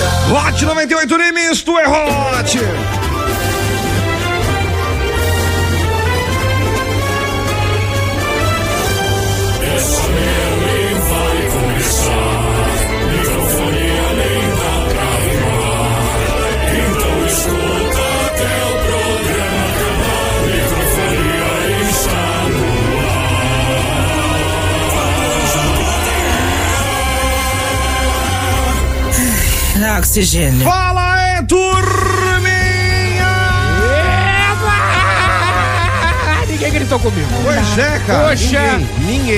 Hot 98 Nimes, tu é Hot! Essa merda vai começar. Microfonia nem dá pra rimar. Então escuta até o programa acabar. Microfonia está no Ah, oxigênio. Fala é turminha! Eba! Ninguém gritou comigo. Pois é, cara. Poxa. Ninguém,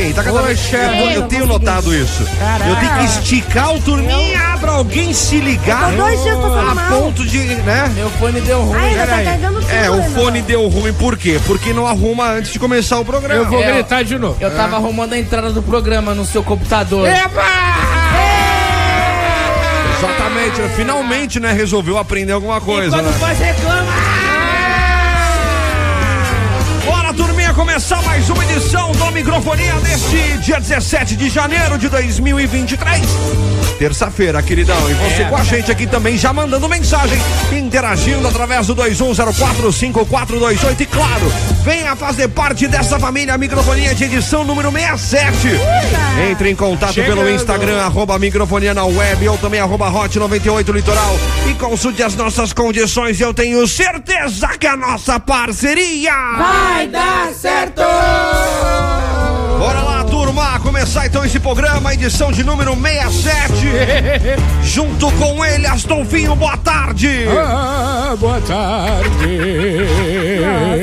ninguém. Tá cada vez- Poxa. Eu, tô- eu tenho notado isso. Caraca. Eu tenho que esticar o turminha pra alguém se ligar. Eu tô dois dias passando a mal. ponto de, né? Meu fone deu ruim. Ai, ainda tá peraí. carregando tudo. É, o Renan. fone deu ruim por quê? Porque não arruma antes de começar o programa. Eu vou É, ó. gritar de novo. Eu tava arrumando a entrada do programa no seu computador. Exatamente, né? finalmente, né? Resolveu aprender alguma coisa. Né? faz reclama. É! Bora, turminha, começar mais uma edição do Microfonia neste dia 17 de janeiro de 2023. Terça-feira, queridão. E você com a gente aqui também, já mandando mensagem, interagindo através do 21045428. E claro, venha fazer parte dessa família Microfonia de edição número 67. Entre em contato pelo Chegando. Instagram, arroba Microfonia na web, ou também arroba Hot 98 Litoral. E consulte as nossas condições. Eu tenho certeza que é a nossa parceria. Vai dar certo! Bora lá, turma, começar então esse programa, edição de número 67. Junto com ele, Astolfinho, boa tarde. Ah, boa tarde.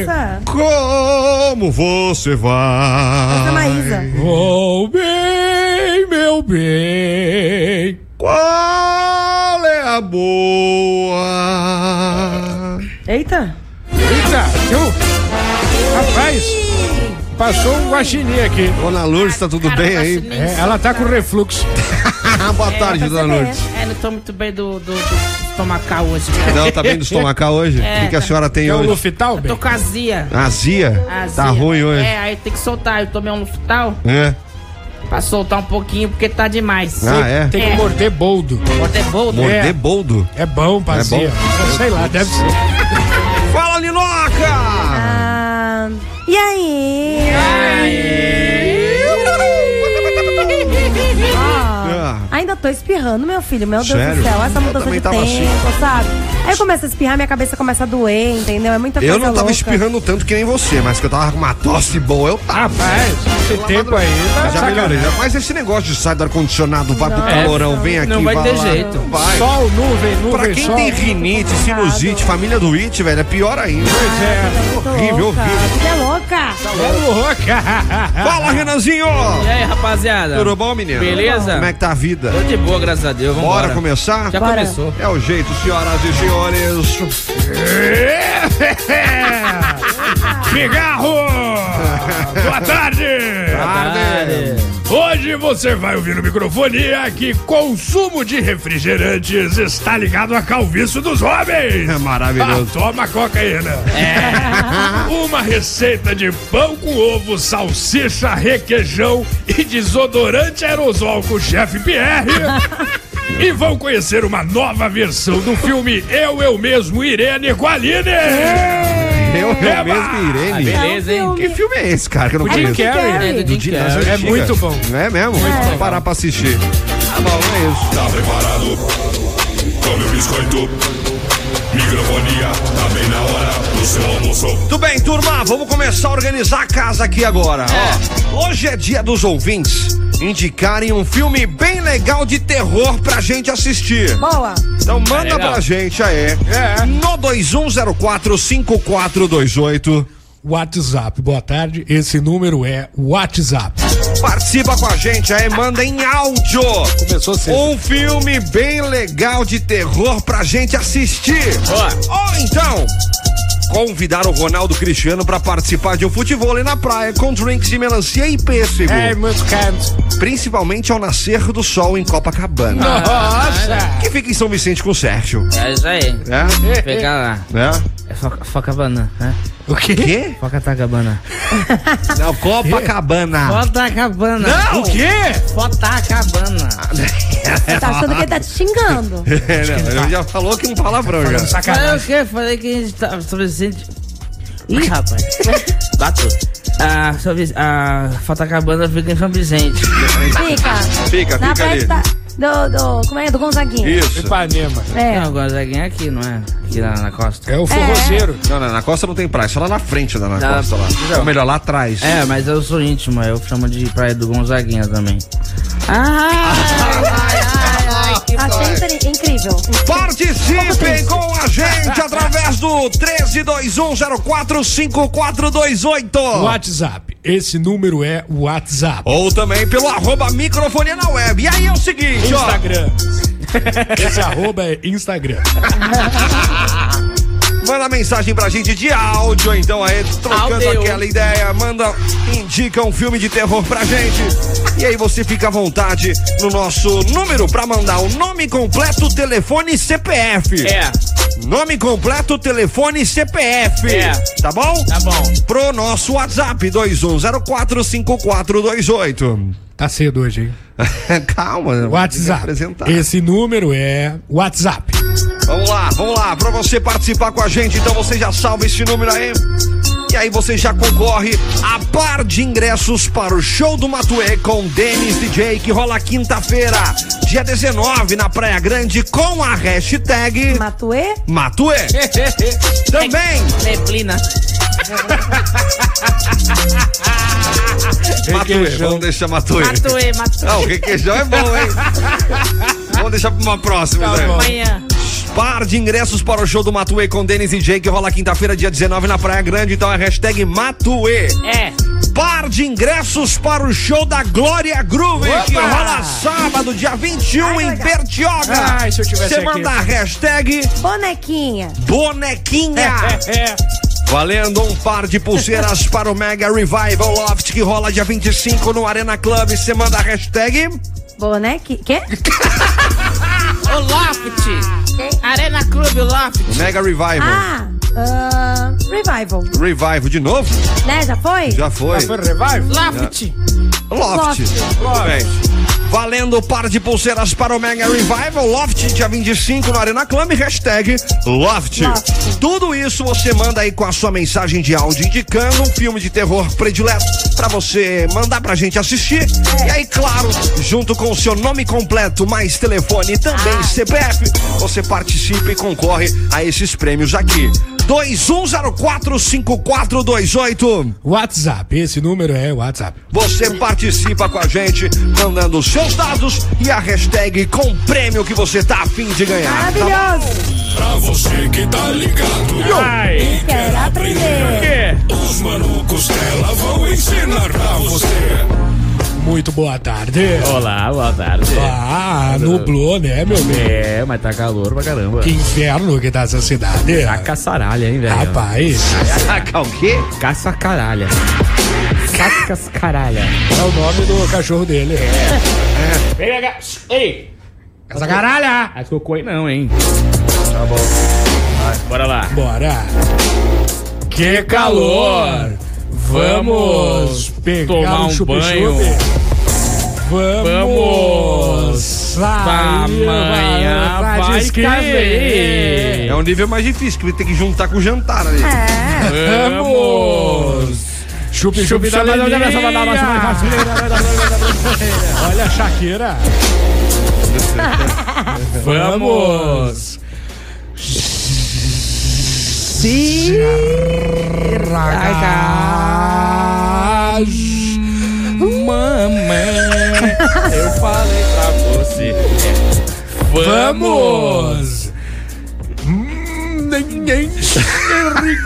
Nossa, Como você essa é vai? Maísa. Vou bem, meu bem. Qual é a boa? Eita. Eita, eu... Rapaz, passou um guaxinim aqui. Dona Lourdes, tá tudo bem aí? É, ela tá com refluxo. Ah, boa tarde, Dona perceber. Lourdes. É, não tô muito bem do, do, do estomacal hoje, cara. Não, tá bem do estomacal hoje? O que, que a senhora tem É o hoje? Lufital, bem? Tô com azia. Azia? azia. Tá ruim hoje. É, aí tem que soltar. Eu tomei um lufital É. pra soltar um pouquinho, porque tá demais. Ah, é? Tem que É. morder boldo. Até vou, né? Morder É. boldo. É bom, parceiro. bom? Sei lá, deve ser. Fala, Linoca! Ah, e aí? Ah. Ó, Ainda tô espirrando, meu filho. Meu Deus Sério? do céu, essa Eu mudança também de tava tempo, assim. sabe? Aí eu começo a espirrar, minha cabeça começa a doer, entendeu? É muita coisa Eu não tava louca. espirrando tanto que nem você, mas que eu tava com uma tosse boa, eu tava. Rapaz, esse tempo aí tá Ah, Já melhorei. sacanagem. Mas esse negócio de sair do ar-condicionado, vai pro Não. calorão, vem aqui, É, não vai ter lá. jeito. Não vai. Sol, nuvem, nuvem, Pra quem sol. tem rinite, sinusite, família do It, velho, é pior ainda. Pois é. Tô Horrível, louca. horrível. Vida é louca. Vamos, Roca. Fala, Renanzinho! E aí, rapaziada? Tudo bom, menino? Beleza? Como é que tá a vida? Tô de boa, graças a Deus. Vambora. Bora começar? Já Bora. começou. É o jeito, senhoras e senhores. Pigarro! Boa tarde! Hoje você vai ouvir no microfonia que consumo de refrigerantes está ligado à calvície dos homens. É Ah, maravilhoso. toma cocaína. Uma receita de pão com ovo, salsicha, requeijão e desodorante aerosol com o chefe Pierre. E vão conhecer uma nova versão do filme Eu, Eu Mesmo, Irene com a Aline. É. Ah, Eu, eu Eba! mesmo, Irene. Beleza, hein? É um Que filme é esse, cara? Que eu não Jim conheço. Carrey. É, do Do Jim Jim- né? Carrey. das É antigas. muito bom. Não é mesmo? Vou parar pra assistir. Tá bom, é isso. Tá preparado? Come o biscoito. Microfonia tá bem na hora do seu almoço. Tudo bem, turma, vamos começar a organizar a casa aqui agora. Ó, hoje é dia dos ouvintes indicarem um filme bem legal de terror pra gente assistir. Boa. Então manda legal. pra gente aí. É. No 21045428. WhatsApp, boa tarde. Esse número é WhatsApp. Participa com a gente aí, manda em áudio. Começou cedo. Um filme bem legal de terror pra gente assistir. Bora. Ou então, convidar o Ronaldo Cristiano pra participar de um futebol na praia com drinks de melancia e pêssego. meus caros. Principalmente ao nascer do sol em Copacabana. Nossa! Que fica em São Vicente com o Sérgio. É isso aí. Né? Pegar lá. Né? É foca, foca banana, né? O quê? Copacabana. Não, Ah. Copacabana. Copacabana. Não! O quê? É Copacabana. Você tá achando que ele tá te xingando. É, não, tá. ele já falou que um palavrão já. Falei o quê? Falei que a gente tava sobrecente. Ih, rapaz. Bateu. Ah, sobre, ah, Copacabana fica em São Vicente. Fica. Fica, Na fica ali. frente da, do, do. Como é? Do Gonzaguinho. Isso. Ipanema. É. Não, Gonzaguinha é aqui, não é? Aqui na, na costa. É o forrozeiro. Não, não, na costa não tem praia, só lá na frente da na Não. costa lá. Ou melhor, lá atrás. Ah, É, mas eu sou íntimo, eu chamo de Praia do Gonzaguinha também. Ah, Achei intri- incrível. Participem com a gente através do um 1321045428. WhatsApp. Esse número é o WhatsApp. Ou também pelo arroba microfonia na web. E aí é o seguinte, ó. Instagram. Esse arroba é Instagram. Manda mensagem pra gente de áudio, então aí, trocando Áudio. aquela ideia, manda, indica um filme de terror pra gente. E aí você fica à vontade no nosso número pra mandar o nome completo, telefone e CPF. É. É. Nome completo, telefone e CPF. É. Tá bom? Tá bom. Pro nosso WhatsApp 21045428. Tá cedo hoje, hein? Calma, tem que WhatsApp. apresentar. Esse número é WhatsApp. Vamos lá, vamos lá, pra você participar com a gente, então você já salva esse número aí. E aí você já concorre a par de ingressos para o show do Matuê com Denis DJ, que rola quinta-feira, dia 19, na Praia Grande, com a hashtag Matuê? Matuê. Também, Neblina. Matuê, vamos deixar Matuê. Matuê, Matuê. Ah, o requeijão é bom, hein? vamos deixar pra uma próxima, Tá né? bom. Amanhã. Par de ingressos para o show do Matuê com Denis DJ, que rola quinta-feira, dia 19, na Praia Grande, então é hashtag Matuê. É. par de ingressos para o show da Glória Groove, que Opa! rola sábado, dia 21, em legal. Bertioga. Ai, se eu tivesse Você aqui. manda a hashtag Bonequinha. bonequinha. É. Valendo um par de pulseiras para o Mega Revival Loft, que rola dia 25 no Arena Club. Você manda a hashtag Bonequinha. Quê? O Loft. Arena Clube Loft. Mega Revival. Ah! ah, revival. Revival de novo? Né? Já foi? Já foi. Foi revival? Loft. Loft. Loft. Tudo bem. Valendo o par de pulseiras para o Mega Revival Loft, dia 25 no Arena Club, hashtag Loft. Loft. Tudo isso você manda aí com a sua mensagem de áudio indicando um filme de terror predileto para você mandar pra gente assistir. E aí, claro, junto com o seu nome completo, mais telefone e também Ah. CPF, você participa e concorre a esses prêmios aqui. 21045428. WhatsApp. Esse número é WhatsApp. Você participa com a gente, mandando os seus dados e a hashtag com o prêmio que você tá afim de ganhar. Maravilhoso! Pra você que tá ligado Ai. e quer aprender, os malucos dela vão ensinar pra você. Muito boa tarde. Olá, boa tarde. Ah, nublou, né, meu bem? É, mas tá calor pra caramba. Que inferno que tá essa cidade. Tá caçaralha, hein, velho? Rapaz, Caraca, o quê? Caça caralha. Sacas caralha. é o nome do cachorro dele. É. Vem, cá. Ei! Essa caralha! Acho que eu coi não, hein? Tá bom. Vai, bora lá. Bora! Que calor! Vamos pegar Tomar um um chup banho. Vamos! Vamos. sair, Amanhã vai de vai esqui. caber. É um nível mais difícil, que tem que juntar com o jantar ali. É. Vamos! Chup chup da alegria. Olha a Shakira! Vamos! Sim. Mamãe, eu falei pra você. Vamos! Hum,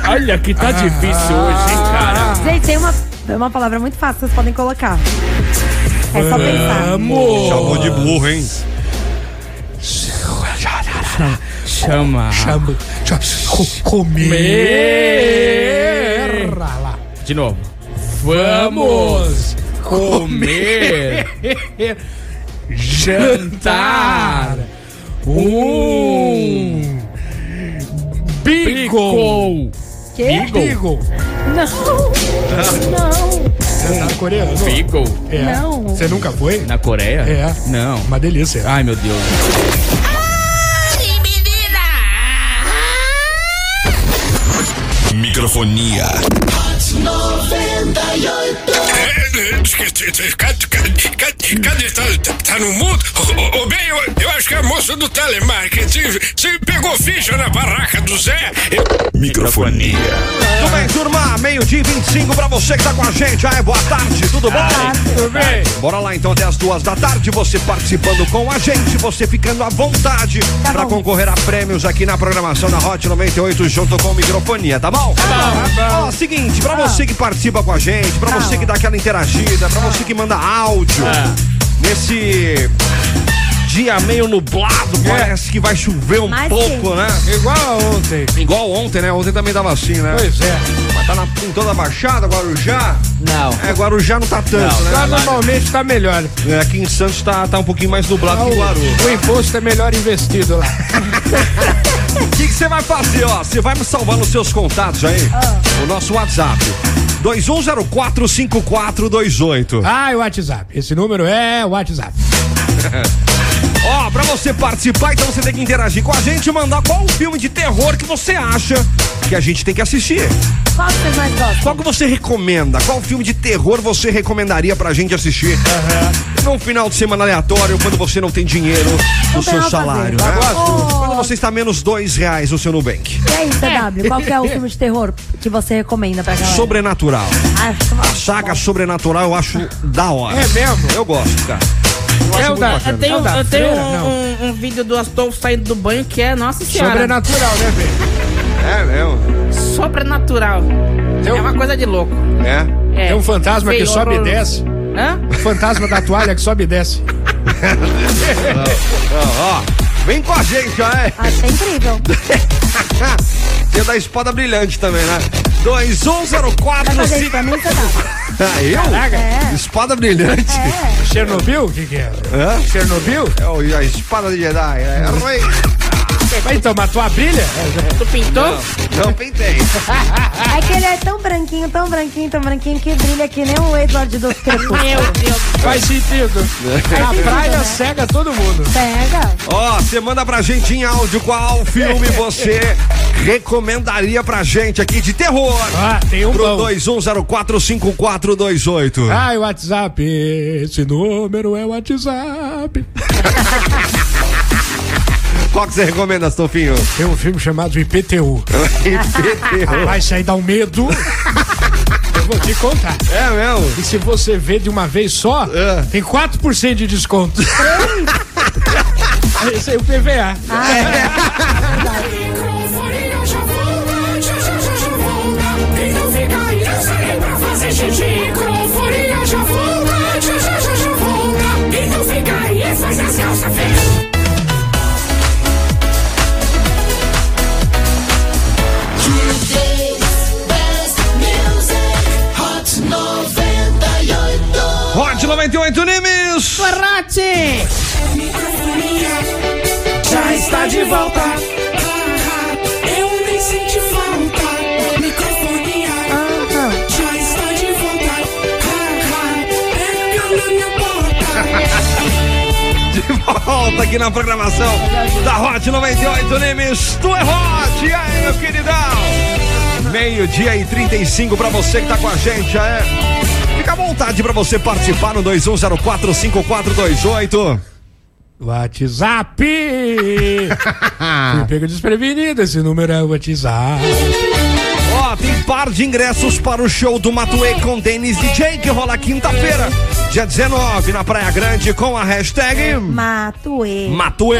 Olha que tá difícil hoje, hein, cara? Gente, tem uma, tem uma palavra muito fácil, vocês podem colocar. É só pensar. Vamos! Chamou de burro, hein? Chama. Chama- chama- co- Comer! De novo. Vamos! comer, Jantar! Um! Bico! picou, Quê? Beagle. Não. Você é coreano? Beagle É. Não. Você nunca foi? na Coreia? É. Não. Uma delícia. Ai, meu Deus. Microfonia. Cadê? Tá, tá- tá no mundo? Ô, ô, ô, bem, eu, eu acho que a moça do telemarketing se pegou ficha na barraca do Zé. Microfonia. Tudo bem, turma? Meio-dia e 25 pra você que tá com a gente. Ai, boa tarde, tudo bom? Tudo bem? Bora lá então até as duas da tarde, você participando com a gente, você ficando à vontade pra bom. concorrer a prêmios aqui na programação da Hot 98 junto com microfonia, tá bom? Tá bom. Tá. Ó, seguinte, pra você que participa com a gente, pra você que dá aquela interagida, pra você que manda áudio, É. nesse dia meio nublado, parece que vai chover um Mas pouco, né? Igual a ontem. Igual ontem, né? Ontem também tava assim, né? Pois é. Mas tá na, em toda a Baixada, Guarujá. Não. É, Guarujá não tá tanto, né? Lá normalmente tá melhor. Ah, É, aqui em Santos tá, tá um pouquinho mais nublado que Guarulhos. O imposto é melhor investido lá. O que que você vai fazer, ó? Você vai me salvar nos seus contatos aí? Ah. O nosso WhatsApp. 21045428. Ah, e o WhatsApp. Esse número é o WhatsApp. Ó, pra você participar, então você tem que interagir com a gente e mandar qual o filme de terror que você acha que a gente tem que assistir. Qual que vocês mais gostam? Qual que você recomenda? Qual filme de terror você recomendaria pra gente assistir? Num final de semana aleatório, quando você não tem dinheiro no Não tem seu nada a salário, ver. Tá né? Gosto. Quando você está menos dois reais no seu Nubank. E aí, CW, qual que é o filme de terror que você recomenda pra galera? Sobrenatural. Ah, A saga sobrenatural eu acho da hora. É mesmo? Eu gosto, cara. É o da, Eu tenho, é o da eu tenho feira? um, Não. um- um vídeo do Astolfo saindo do banho que é, nossa senhora, Sobrenatural, né, velho? É mesmo. sobrenatural. Eu- É uma coisa de louco. É. É, É um fantasma que Feio, sobe e horroroso. desce. Hã? Fantasma da toalha que sobe e desce. Ó, ó, vem com a gente, ó, é. Achei ah, tá incrível. Tem da espada brilhante também, né? 2104 Vai fazer isso pra mim, CW? Ah, eu? Caraca. É. Espada brilhante? É. Chernobyl? O que, que é? Hã? Chernobyl? É o- a espada de Jedi. É, Errei. Mas então, matou a brilha? É, Tu pintou? Não pentei. É que ele é tão branquinho, tão branquinho, tão branquinho que brilha que nem o Edward do Crepúsculo. Meu Deus. Faz sentido. Na praia né? cega todo mundo. Pega. Ó, você manda pra gente em áudio qual filme você recomendaria pra gente aqui de terror. Ah, tem um Pro bom. 21045428. Ah, e o WhatsApp. Esse número é o WhatsApp. Qual que você recomenda, Stofinho? Tem um filme chamado IPTU. Vai sair dar um medo. Eu vou te contar. é mesmo? E se você vê de uma vez só, É. tem 4% de desconto. Esse é o PVA. Microfonia já volta, já, já, já, já volta. Quem não fica aí, eu saí pra fazer xixi. Microfonia já volta, já, já, já, já volta. Quem não fica aí, faz as calças feias. Hot 98 Nimes! Já está de volta. Eu nem senti falta. Microfonia. Ah, Já está de volta. Pega na minha porta. De volta aqui na programação da Hot 98 Nimes. Tu é Hot! E aí, meu queridão? Meio-dia e 35 pra você que tá com a gente, é? Fica à vontade pra você participar no 21045428. WhatsApp! Fui pego desprevenido, esse número é o WhatsApp. Ó, tem par de ingressos para o show do Matuê com Denis DJ que rola quinta-feira, dia 19, na Praia Grande, com a hashtag Mato ele. Matuê.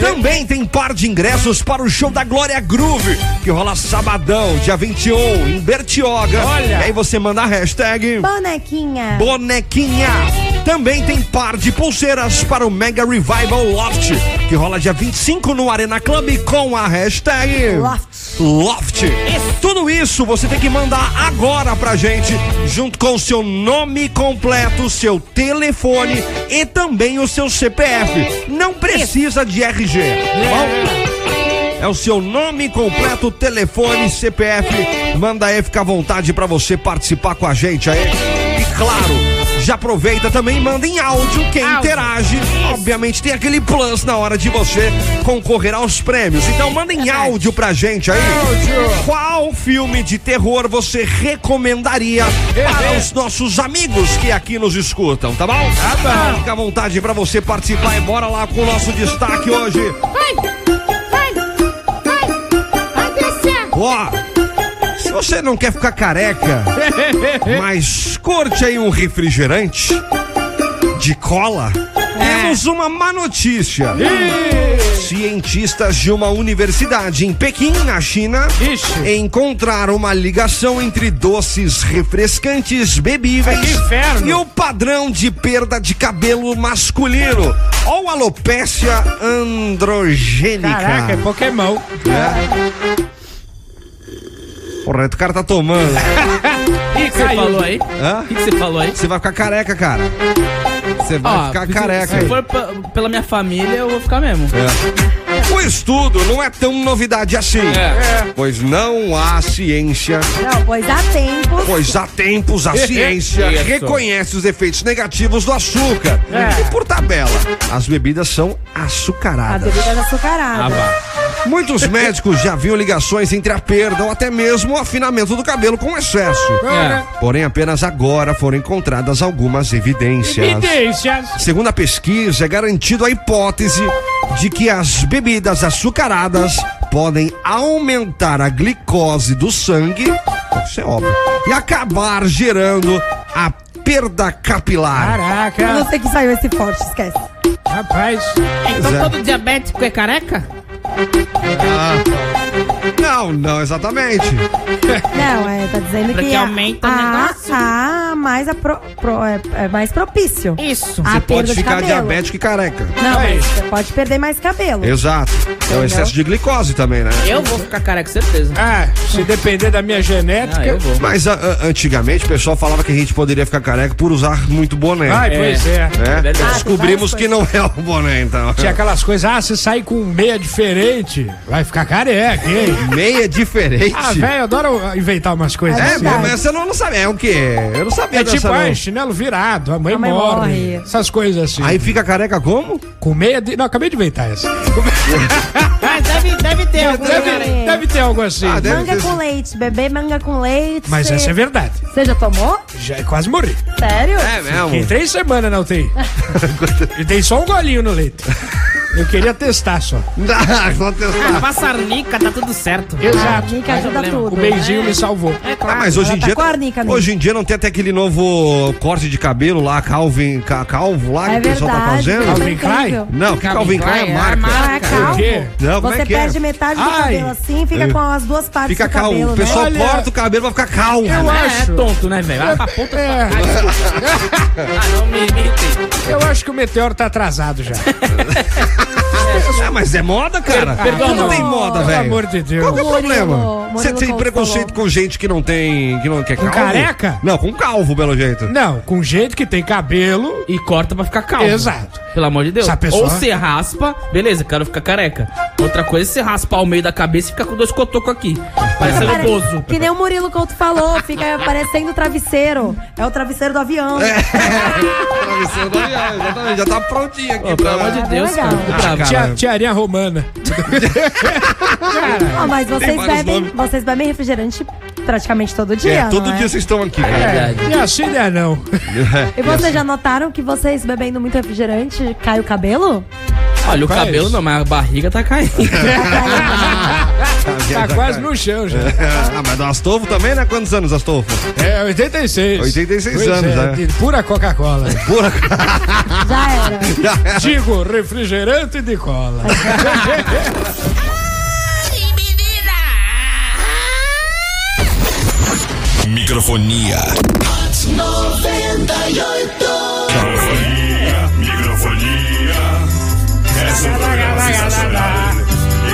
Também tem par de ingressos para o show da Glória Groove, que rola sabadão, dia 21, em Bertioga. Olha! E aí você manda a hashtag Bonequinha. Bonequinha. Também tem par de pulseiras para o Mega Revival Loft, que rola dia 25 no Arena Club com a hashtag Loft. Loft. Tudo isso você tem que mandar agora pra gente, junto com o seu nome completo, seu telefone e também o seu CPF. Não precisa de RG, tá bom? é o seu nome completo, telefone, CPF. Manda aí, fica à vontade pra você participar com a gente aí. E claro, já aproveita também e manda em áudio quem interage. Obviamente tem aquele plus na hora de você concorrer aos prêmios. Então manda em áudio pra gente aí. Qual filme de terror você recomendaria para os nossos amigos que aqui nos escutam, tá bom? Tá bom. Fica à vontade pra você participar e bora lá com o nosso destaque hoje. Vai, vai, vai, vai descer. Ó, se você não quer ficar careca, mas curte aí um refrigerante de cola, É. temos uma má notícia. Cientistas de uma universidade em Pequim, na China, Ixi. encontraram uma ligação entre doces refrescantes bebíveis É, Que inferno. e o padrão de perda de cabelo masculino, ou alopécia androgênica. Caraca, é Pokémon. Porra, o cara tá tomando. que você falou aí? Hã? O que que você falou aí? Você vai ficar careca, cara. Você vai Ó, ficar se- careca. Se for pe- pela minha família, eu vou ficar mesmo. É. O estudo não é tão novidade assim. É. Pois não há ciência, Não, pois há tempo. pois há tempos a ciência Isso. reconhece os efeitos negativos do açúcar. É. E por tabela, as bebidas são A açucaradas. bebida é Ah, açucarada. Muitos médicos já viam ligações entre a perda ou até mesmo o afinamento do cabelo com excesso. Porém, apenas agora foram encontradas algumas É. evidências. Evidências. Segundo a pesquisa, é garantido a hipótese de que as bebidas açucaradas podem aumentar a glicose do sangue, isso é óbvio, e acabar gerando a perda capilar. Eu Caraca, não sei que saiu esse forte, esquece. rapaz. Então é. todo diabético é careca? Ah, Não, não exatamente. Não, é, tá dizendo Pra que. que a- aumenta o a- negócio? a mais, a pro- pro- é, é mais propício. Isso. A Você perda pode de ficar cabelo. diabético e careca. Não, mas você pode perder mais cabelo. Exato. É o excesso de glicose também, né? Eu vou ficar careca, certeza. Ah, se depender da minha Ah, genética. eu vou. Mas a- a- antigamente o pessoal falava que a gente poderia ficar careca por usar muito boné. Ai, pois é. né? verdade. Descobrimos que não é o boné, então. Tinha aquelas coisas, ah, se sair com meia diferente, vai ficar careca, hein? Meia é diferente. Ah, velho, adoro inventar umas coisas É, assim. Verdade. mas você não, não sabe. É o quê? Eu não sabia É dessa tipo, não. ah, chinelo virado, a mãe, A mãe morre. morre. Essas coisas assim. Aí fica careca como? com meia de... Não, acabei de inventar essa. Mas deve, deve ter algum lugar aí. Deve, deve ter algo assim. Ah, deve- Manga com leite, bebê manga com leite. Mas essa é verdade. Você já tomou? Já é quase morri. Sério? É Fiquei mesmo. três semanas na UTI. E dei só um golinho no leite. Eu queria testar só. Ah, vou testar. Passarnica, tá tudo certo. Exato. Que ajuda problema. tudo. O beijinho me salvou. É Ah, claro. mas hoje em tá dia. com a arnica, amigo. hoje em dia não tem até aquele novo corte de cabelo lá, Calvin ca- Calvo lá, É que o pessoal tá verdade. fazendo. Calvin incrível. Não, que Calvin Klein é marca. Ah, é Por quê? calvo. Não, como Você é que é? perde metade do Ai. cabelo assim, fica com as duas partes Fica do calvo. cabelo, o né? pessoal Olha- corta o cabelo pra ficar calvo. Eu É, acho. é tonto, né, velho? Vai pra puta. É, Ah, não me irritei. eu acho que o meteoro tá atrasado já. Ah, mas é moda, cara. perdão, não não. tem moda, Pelo velho. amor de Qual que é Deus. o Murilo, problema? Murilo Você tem Couto preconceito com gente que não tem. que não quer calvo? careca? Não, com calvo, pelo jeito. Não, com gente que tem cabelo. E corta pra ficar calmo. Exato. Pelo amor de Deus. Essa pessoa- Ou você raspa, beleza, quero ficar careca. Outra coisa é você raspar o meio da cabeça e ficar com dois cotocos aqui. Parece Pare- bozo. Que nem o Murilo Couto falou, fica parecendo travesseiro. É o travesseiro do avião. É. Travesseiro do avião, exatamente. Já tá prontinho aqui. pra- Pelo amor Tá de Deus, É legal. cara. eu tô Ah, bravo. cara. Tia, tiarinha romana. Ah, mas vocês vários bebem, nomes. vocês bebem refrigerante praticamente todo dia. É, não todo é? dia vocês estão aqui, cara. Verdade. E assim não é não. E vocês já notaram que vocês bebendo muito refrigerante cai o cabelo? Olha, o Qual é cabelo isso? não, mas a barriga tá caindo. Tá quase no chão já. Ah, mas do Astolfo também, né? Quantos anos, Astolfo? É, 86. 86 anos, né? é, de Pura Coca-Cola. Pura. Já era. Digo, refrigerante de cola. Ai, menina! Microfonia. Microfonia, microfonia. Es un programa sensacional.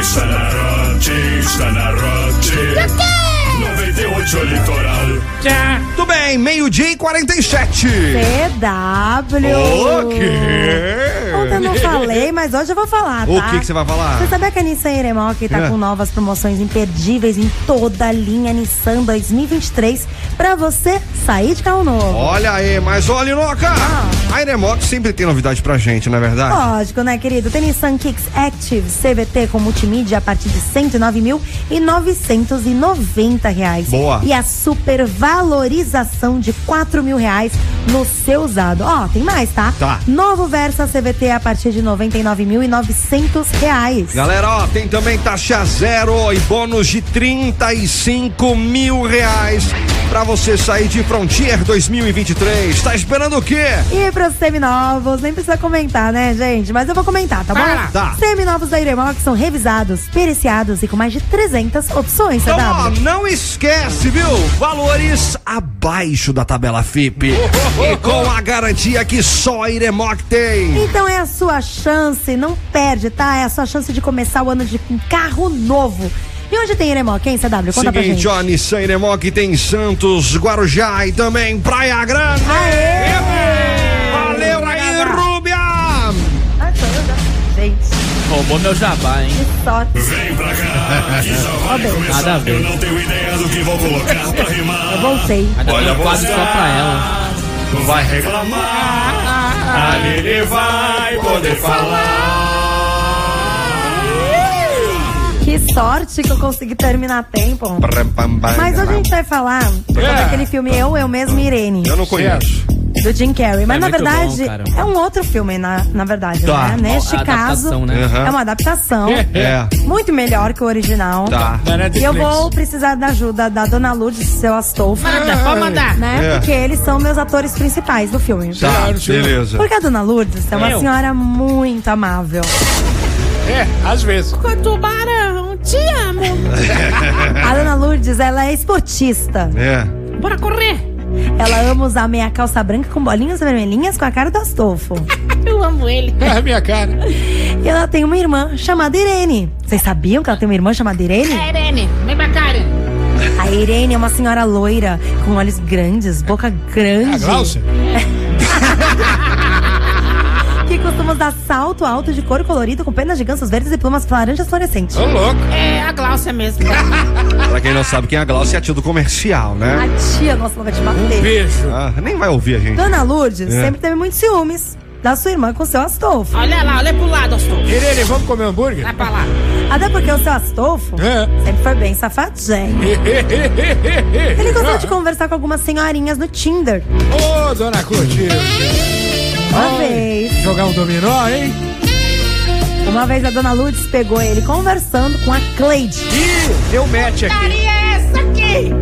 Está na rote, está na rote. 98 Litoral. Tudo bem, meio-dia e 47. CW. O quê? ontem eu não falei, mas hoje eu vou falar, tá? O que que você vai falar? Você sabia que a Nissan Iremoc tá É. com novas promoções imperdíveis em toda a linha Nissan 2023 pra você sair de carro novo? Olha aí, mas olha, Noca! A Iremox sempre tem novidade pra gente, não é verdade? Lógico, né, querido? Tem Nissan Kicks Active CVT com multimídia a partir de R$ reais. Boa. E a supervalorização de R$ mil reais no seu usado. Ó, tem mais, tá? Tá. Novo Versa CVT a partir de R$ 99.900. reais. Galera, ó, tem também taxa zero e bônus de 35 mil reais pra você sair de Frontier 2023. Tá esperando o quê? E pros seminovos, nem precisa comentar, né, gente? Mas eu vou comentar, tá bom? Ah, tá. Seminovos da Iremox são revisados, periciados e com mais de 300 opções, Então, ó, CW. não esquece, viu? Valores abaixo da tabela FIP. E com a garantia que só a Iremoc tem. Então é a sua chance, não perde, tá? É a sua chance de começar o ano de um carro novo. E onde tem Iremox, hein, CW? Conta pra Seguinte, gente. ó, Nissan Iremoc tem Santos, Guarujá e também Praia Grande. Valeu aí, Rúbia! Ah, tô, eu já- Gente, Roubou meu um jabá, hein? que sorte. Vem pra cá, que já vai começar. Nada a Eu ver. não tenho ideia do que vou colocar pra Eu rimar. voltei. Ainda Olha tem um quadro você. tá só pra ela. Vai reclamar, a Lili vai poder falar. Que sorte que eu consegui terminar a tempo. Mas hoje a gente vai falar sobre É. aquele filme Eu, Eu Mesmo e Irene. Eu não É conheço. do Jim Carrey. Mas É na muito verdade, bom, cara. é um outro filme, na, na verdade. Tá. Né? Neste A adaptação, caso, né? Aham. é uma adaptação. É, Muito melhor que o original. tá. E eu vou precisar da ajuda da Dona Lourdes e seu Astolfo. Manda, pode mandar. Né? É. Porque eles são meus atores principais do filme. Tá, beleza. Porque a Dona Lourdes é uma Eu. senhora muito amável. É, às vezes. Tubarão, te amo. A Dona Lourdes, ela é esportista. É. Bora correr. Ela ama usar meia calça branca com bolinhas vermelhinhas com a cara do Astolfo. Eu amo ele. É a minha cara. E ela tem uma irmã chamada Irene. Vocês sabiam que ela tem uma irmã chamada Irene? É, Irene, vem pra cá, Irene. A Irene é uma senhora loira, com olhos grandes, boca A grande, Glaucia? que costuma usar salto alto de couro colorido com penas de gansos verdes e plumas laranjas fluorescentes. Oh. Tô louco. É a Glaucia mesmo. Pra quem não sabe, quem é a Glaucia é a tia do comercial, né? A tia, nossa, ela vai te bater. Beijo. Ah, nem vai ouvir a gente. Dona Lourdes É. sempre teve muitos ciúmes da sua irmã com o seu Astolfo. Olha lá, olha pro lado, Astolfo. Irene, vamos comer hambúrguer? Vai pra lá. Até porque o seu Astolfo É. sempre foi bem safadinho. Ele Ah. gostou de conversar com algumas senhorinhas no Tinder. Ô, dona Curtida. Uma vez, Jogar um dominó, hein? uma vez a Dona Lourdes pegou ele conversando com a Cleide. Ih, deu match aqui. Maria é essa aqui.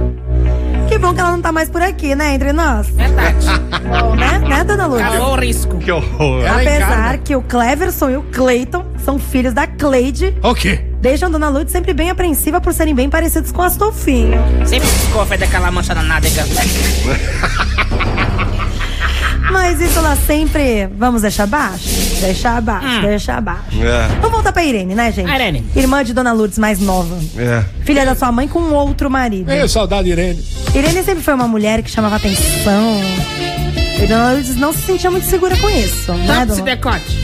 Que bom que ela não tá mais por aqui, né, entre nós. Verdade. Bom, né, né, Dona Lourdes? Alô, risco. Que horror. Ela Apesar encarna. que o Cleverson e o Clayton são filhos da Cleide, O quê? deixam Dona Lourdes sempre bem apreensiva por serem bem parecidos com Astolfinho. Sempre desconfia daquela mancha na nádega. Mas isso ela sempre. Vamos deixar abaixo? Deixar abaixo, deixar abaixo. É, Vamos voltar pra Irene, né, gente? Hum. Irene. Irmã de Dona Lourdes mais nova. é. Filha da sua mãe com um outro marido. Ei, saudade, Irene. Irene sempre foi uma mulher que chamava atenção. E Dona Lourdes não se sentia muito segura com isso, Tá né, Tampa esse Dona? decote.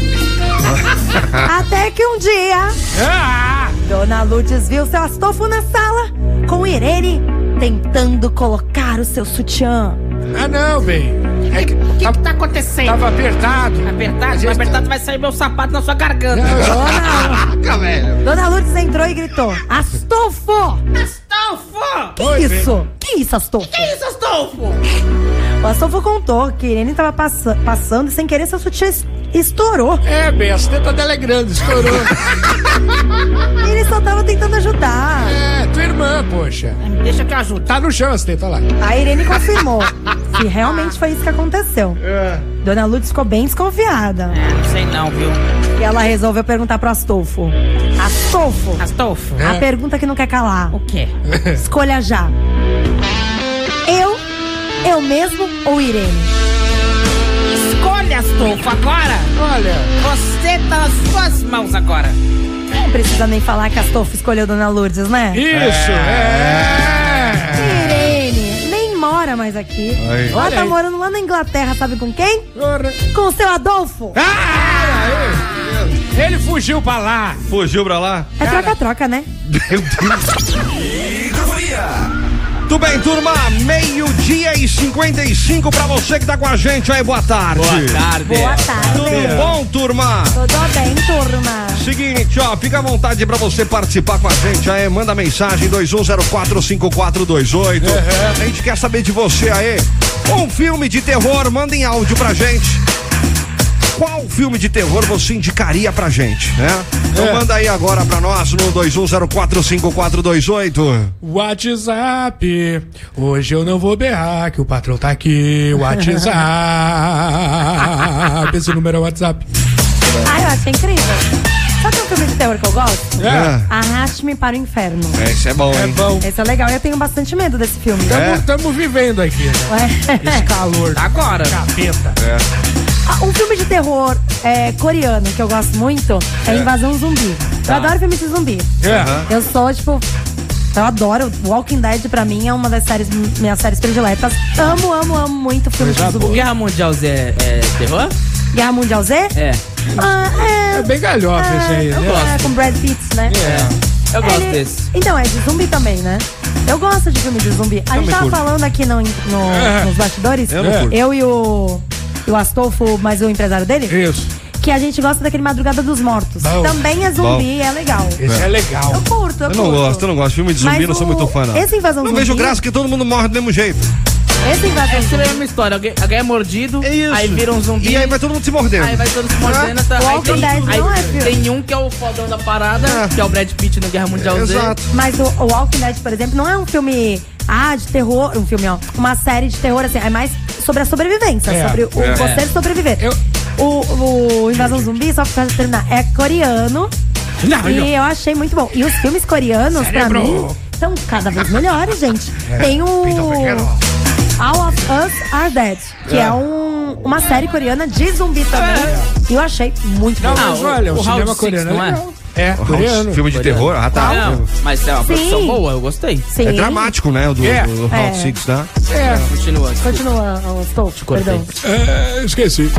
Até que um dia. Dona Lourdes viu seu Astolfo na sala com Irene tentando colocar o seu sutiã. Ah, não, bem. É que O que tá- que tá acontecendo? tava apertado. Tá- Apertado, mas apertado vai sair meu sapato na sua garganta. Dona, Dona Lourdes entrou e gritou: Astolfo! Astolfo! Que Oi, isso? Que isso, Astolfo? Que isso, Astolfo? O Astolfo contou que Irene tava passa- passando e sem querer seu sutiã es- estourou. É, bem, a seta dela é grande, estourou. E ele só tava tentando ajudar. é, tua irmã, poxa. Deixa que eu ajudo. Tá no chão a seta, olha lá. A Irene confirmou que realmente foi isso que aconteceu. Dona Lourdes ficou bem desconfiada. É, não sei não, viu? E ela resolveu perguntar pro Astolfo: Astolfo, Astolfo, a pergunta que não quer calar. o quê? Escolha já. Eu, eu mesmo ou Irene? Escolha, Astolfo, agora! Olha, Você tá nas suas mãos agora. Não precisa nem falar que Astolfo É. escolheu Dona Lourdes, né? isso, é. Irene nem mora mora mais aqui. Aí. Ela Olha tá aí. morando lá na Inglaterra, sabe com quem? Ora. Com o seu Adolfo. Ah! Ele fugiu pra lá. Fugiu pra lá? É troca-troca, né? Meu Deus. Tudo bem, turma? Meio-dia e 55 pra você que tá com a gente aí. Boa tarde. Boa tarde. Tudo bom, turma? Tudo bem, turma? Seguinte, ó, fica à vontade pra você participar com a gente aí. Manda mensagem 21045428. A gente quer saber de você aí. Um filme de terror, manda em áudio pra gente. Qual filme de terror você indicaria pra gente, né? Então manda aí agora pra nós no 21045428. WhatsApp. Hoje eu não vou berrar que o patrão tá aqui. WhatsApp. Esse número é o WhatsApp. Ai, eu achei incrível. Sabe um filme de terror que eu gosto? É. Arraste-me para o inferno. Esse é bom, É hein? bom. Esse é legal, eu tenho bastante medo desse filme. É. Estamos vivendo aqui, né? Ué. Esse calor. Agora. Capeta. É. Ah, Um filme de terror é, coreano que eu gosto muito é Invasão Zumbi. Eu adoro filme de zumbi. É. Eu sou, tipo. Eu adoro. Walking Dead, pra mim, é uma das séries, minhas séries prediletas. Amo, amo, amo muito filme de zumbi. Guerra Mundial Z é, é terror? Guerra Mundial Z? É. Ah, é. É bem galhofa esse aí, eu né? gosto. É, com Brad Pitt, né? Eu É, gosto ele- desse. Então, é de zumbi também, né? Eu gosto de filme de zumbi. A gente tava curto. falando aqui no, no- É. nos bastidores, Eu não curto. eu e o, e o Astolfo, mas o empresário dele, Isso. que a gente gosta daquele Madrugada dos Mortos. Bom. Também é zumbi, é legal. Esse é, legal. Eu curto, eu, Eu não curto. gosto, eu não gosto. Filme de zumbi, Mas não sou o- muito fã, não. esse Invasão Não Zumbi- vejo graça que todo mundo morre do mesmo jeito. Esse invasão É sempre a zumbi. mesma história. Alguém, alguém é mordido, É isso. aí vira um zumbi. E aí vai todo mundo se mordendo. Aí vai todos mordendo, tá? Aí, Walking tem, Dead aí não é filme. tem um que é o fodão da parada, É. que é o Brad Pitt no Guerra Mundial um Z. Exato. Mas o, o Walking Dead, por exemplo, não é um filme ah, de terror, um filme, ó, uma série de terror, assim, é mais sobre a sobrevivência, É. sobre o, É. você sobreviver. Eu- O, o Invasão Zumbi, só pra terminar, é coreano. e eu achei muito bom. E os filmes coreanos, pra Cérebro. mim, são cada vez melhores, gente. Tem o. All of Us Are Dead, que é, um- uma série coreana de zumbi também. E eu achei muito bom. Não, é mas olha, o, Ah, o cinema House coreano Six, não é é? legal. É, coreano. Filme de terror, ah, tá. Não, mas é uma produção Sim. boa, eu gostei. Sim. É dramático, né? O do, É. do Round É. Six, tá? É, Continua. Continua, estou. cortei. Perdão. é, esqueci.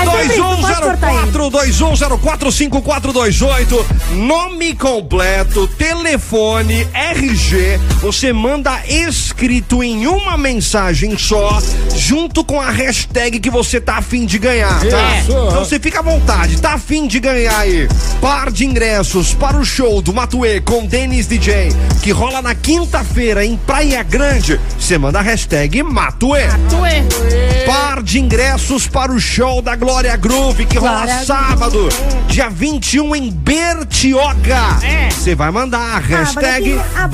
É sempre isso, pode cortar aí. 21045428. Nome completo, telefone, RG. Você manda escrito em uma mensagem só, junto com a hashtag que você tá afim de ganhar, tá? Isso. Então você fica à vontade, tá afim de ganhar aí par de ingressos para o show do Matuê com Denis DJ, que rola na quinta-feira em Praia Grande. Você manda a hashtag Matuê. Par de ingressos para o show da Glória Groove que rola Glória sábado, dia 21 em Bertioga. Você vai mandar a hashtag bonequinha, É. ah,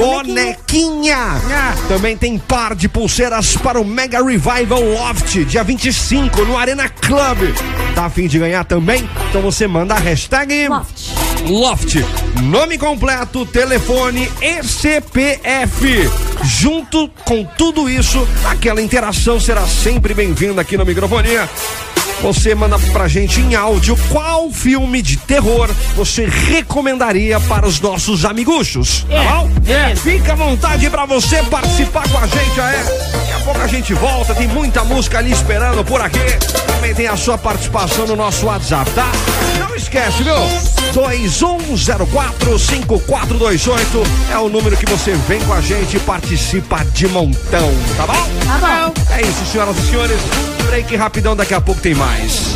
bonequinha. Também tem par de pulseiras para o Mega Revival Loft, dia 25 no Arena Club. Tá afim de ganhar também? Então você manda a hashtag Loft. Loft, nome completo, telefone e CPF. Junto com tudo isso, aquela interação será sempre bem-vinda aqui na microfonia. Você manda pra gente em áudio qual filme de terror você recomendaria para os nossos amiguchos, tá bom? É. Fica à vontade pra você participar com a gente, é. Daqui a pouco a gente volta, tem muita música ali esperando por aqui. Também tem a sua participação no nosso WhatsApp, tá? Não esquece, viu? 21045428 é o número que você vem com a gente e participa de montão, tá bom? Tá bom. É isso, senhoras e senhores. Break rapidão, daqui a pouco tem mais.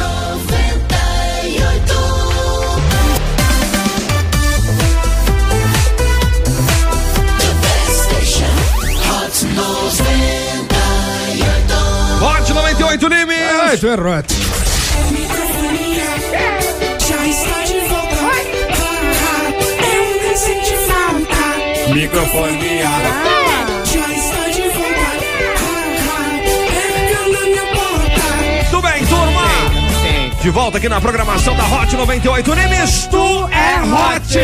Hot 98 Ah, Nimes! tu é roto. Já está de volta. Eu não senti falta. Microfonia. Já está de volta. Pegando minha porta. Tudo bem, turma? De volta aqui na programação da Hot 98 Nimes, tu é Hot!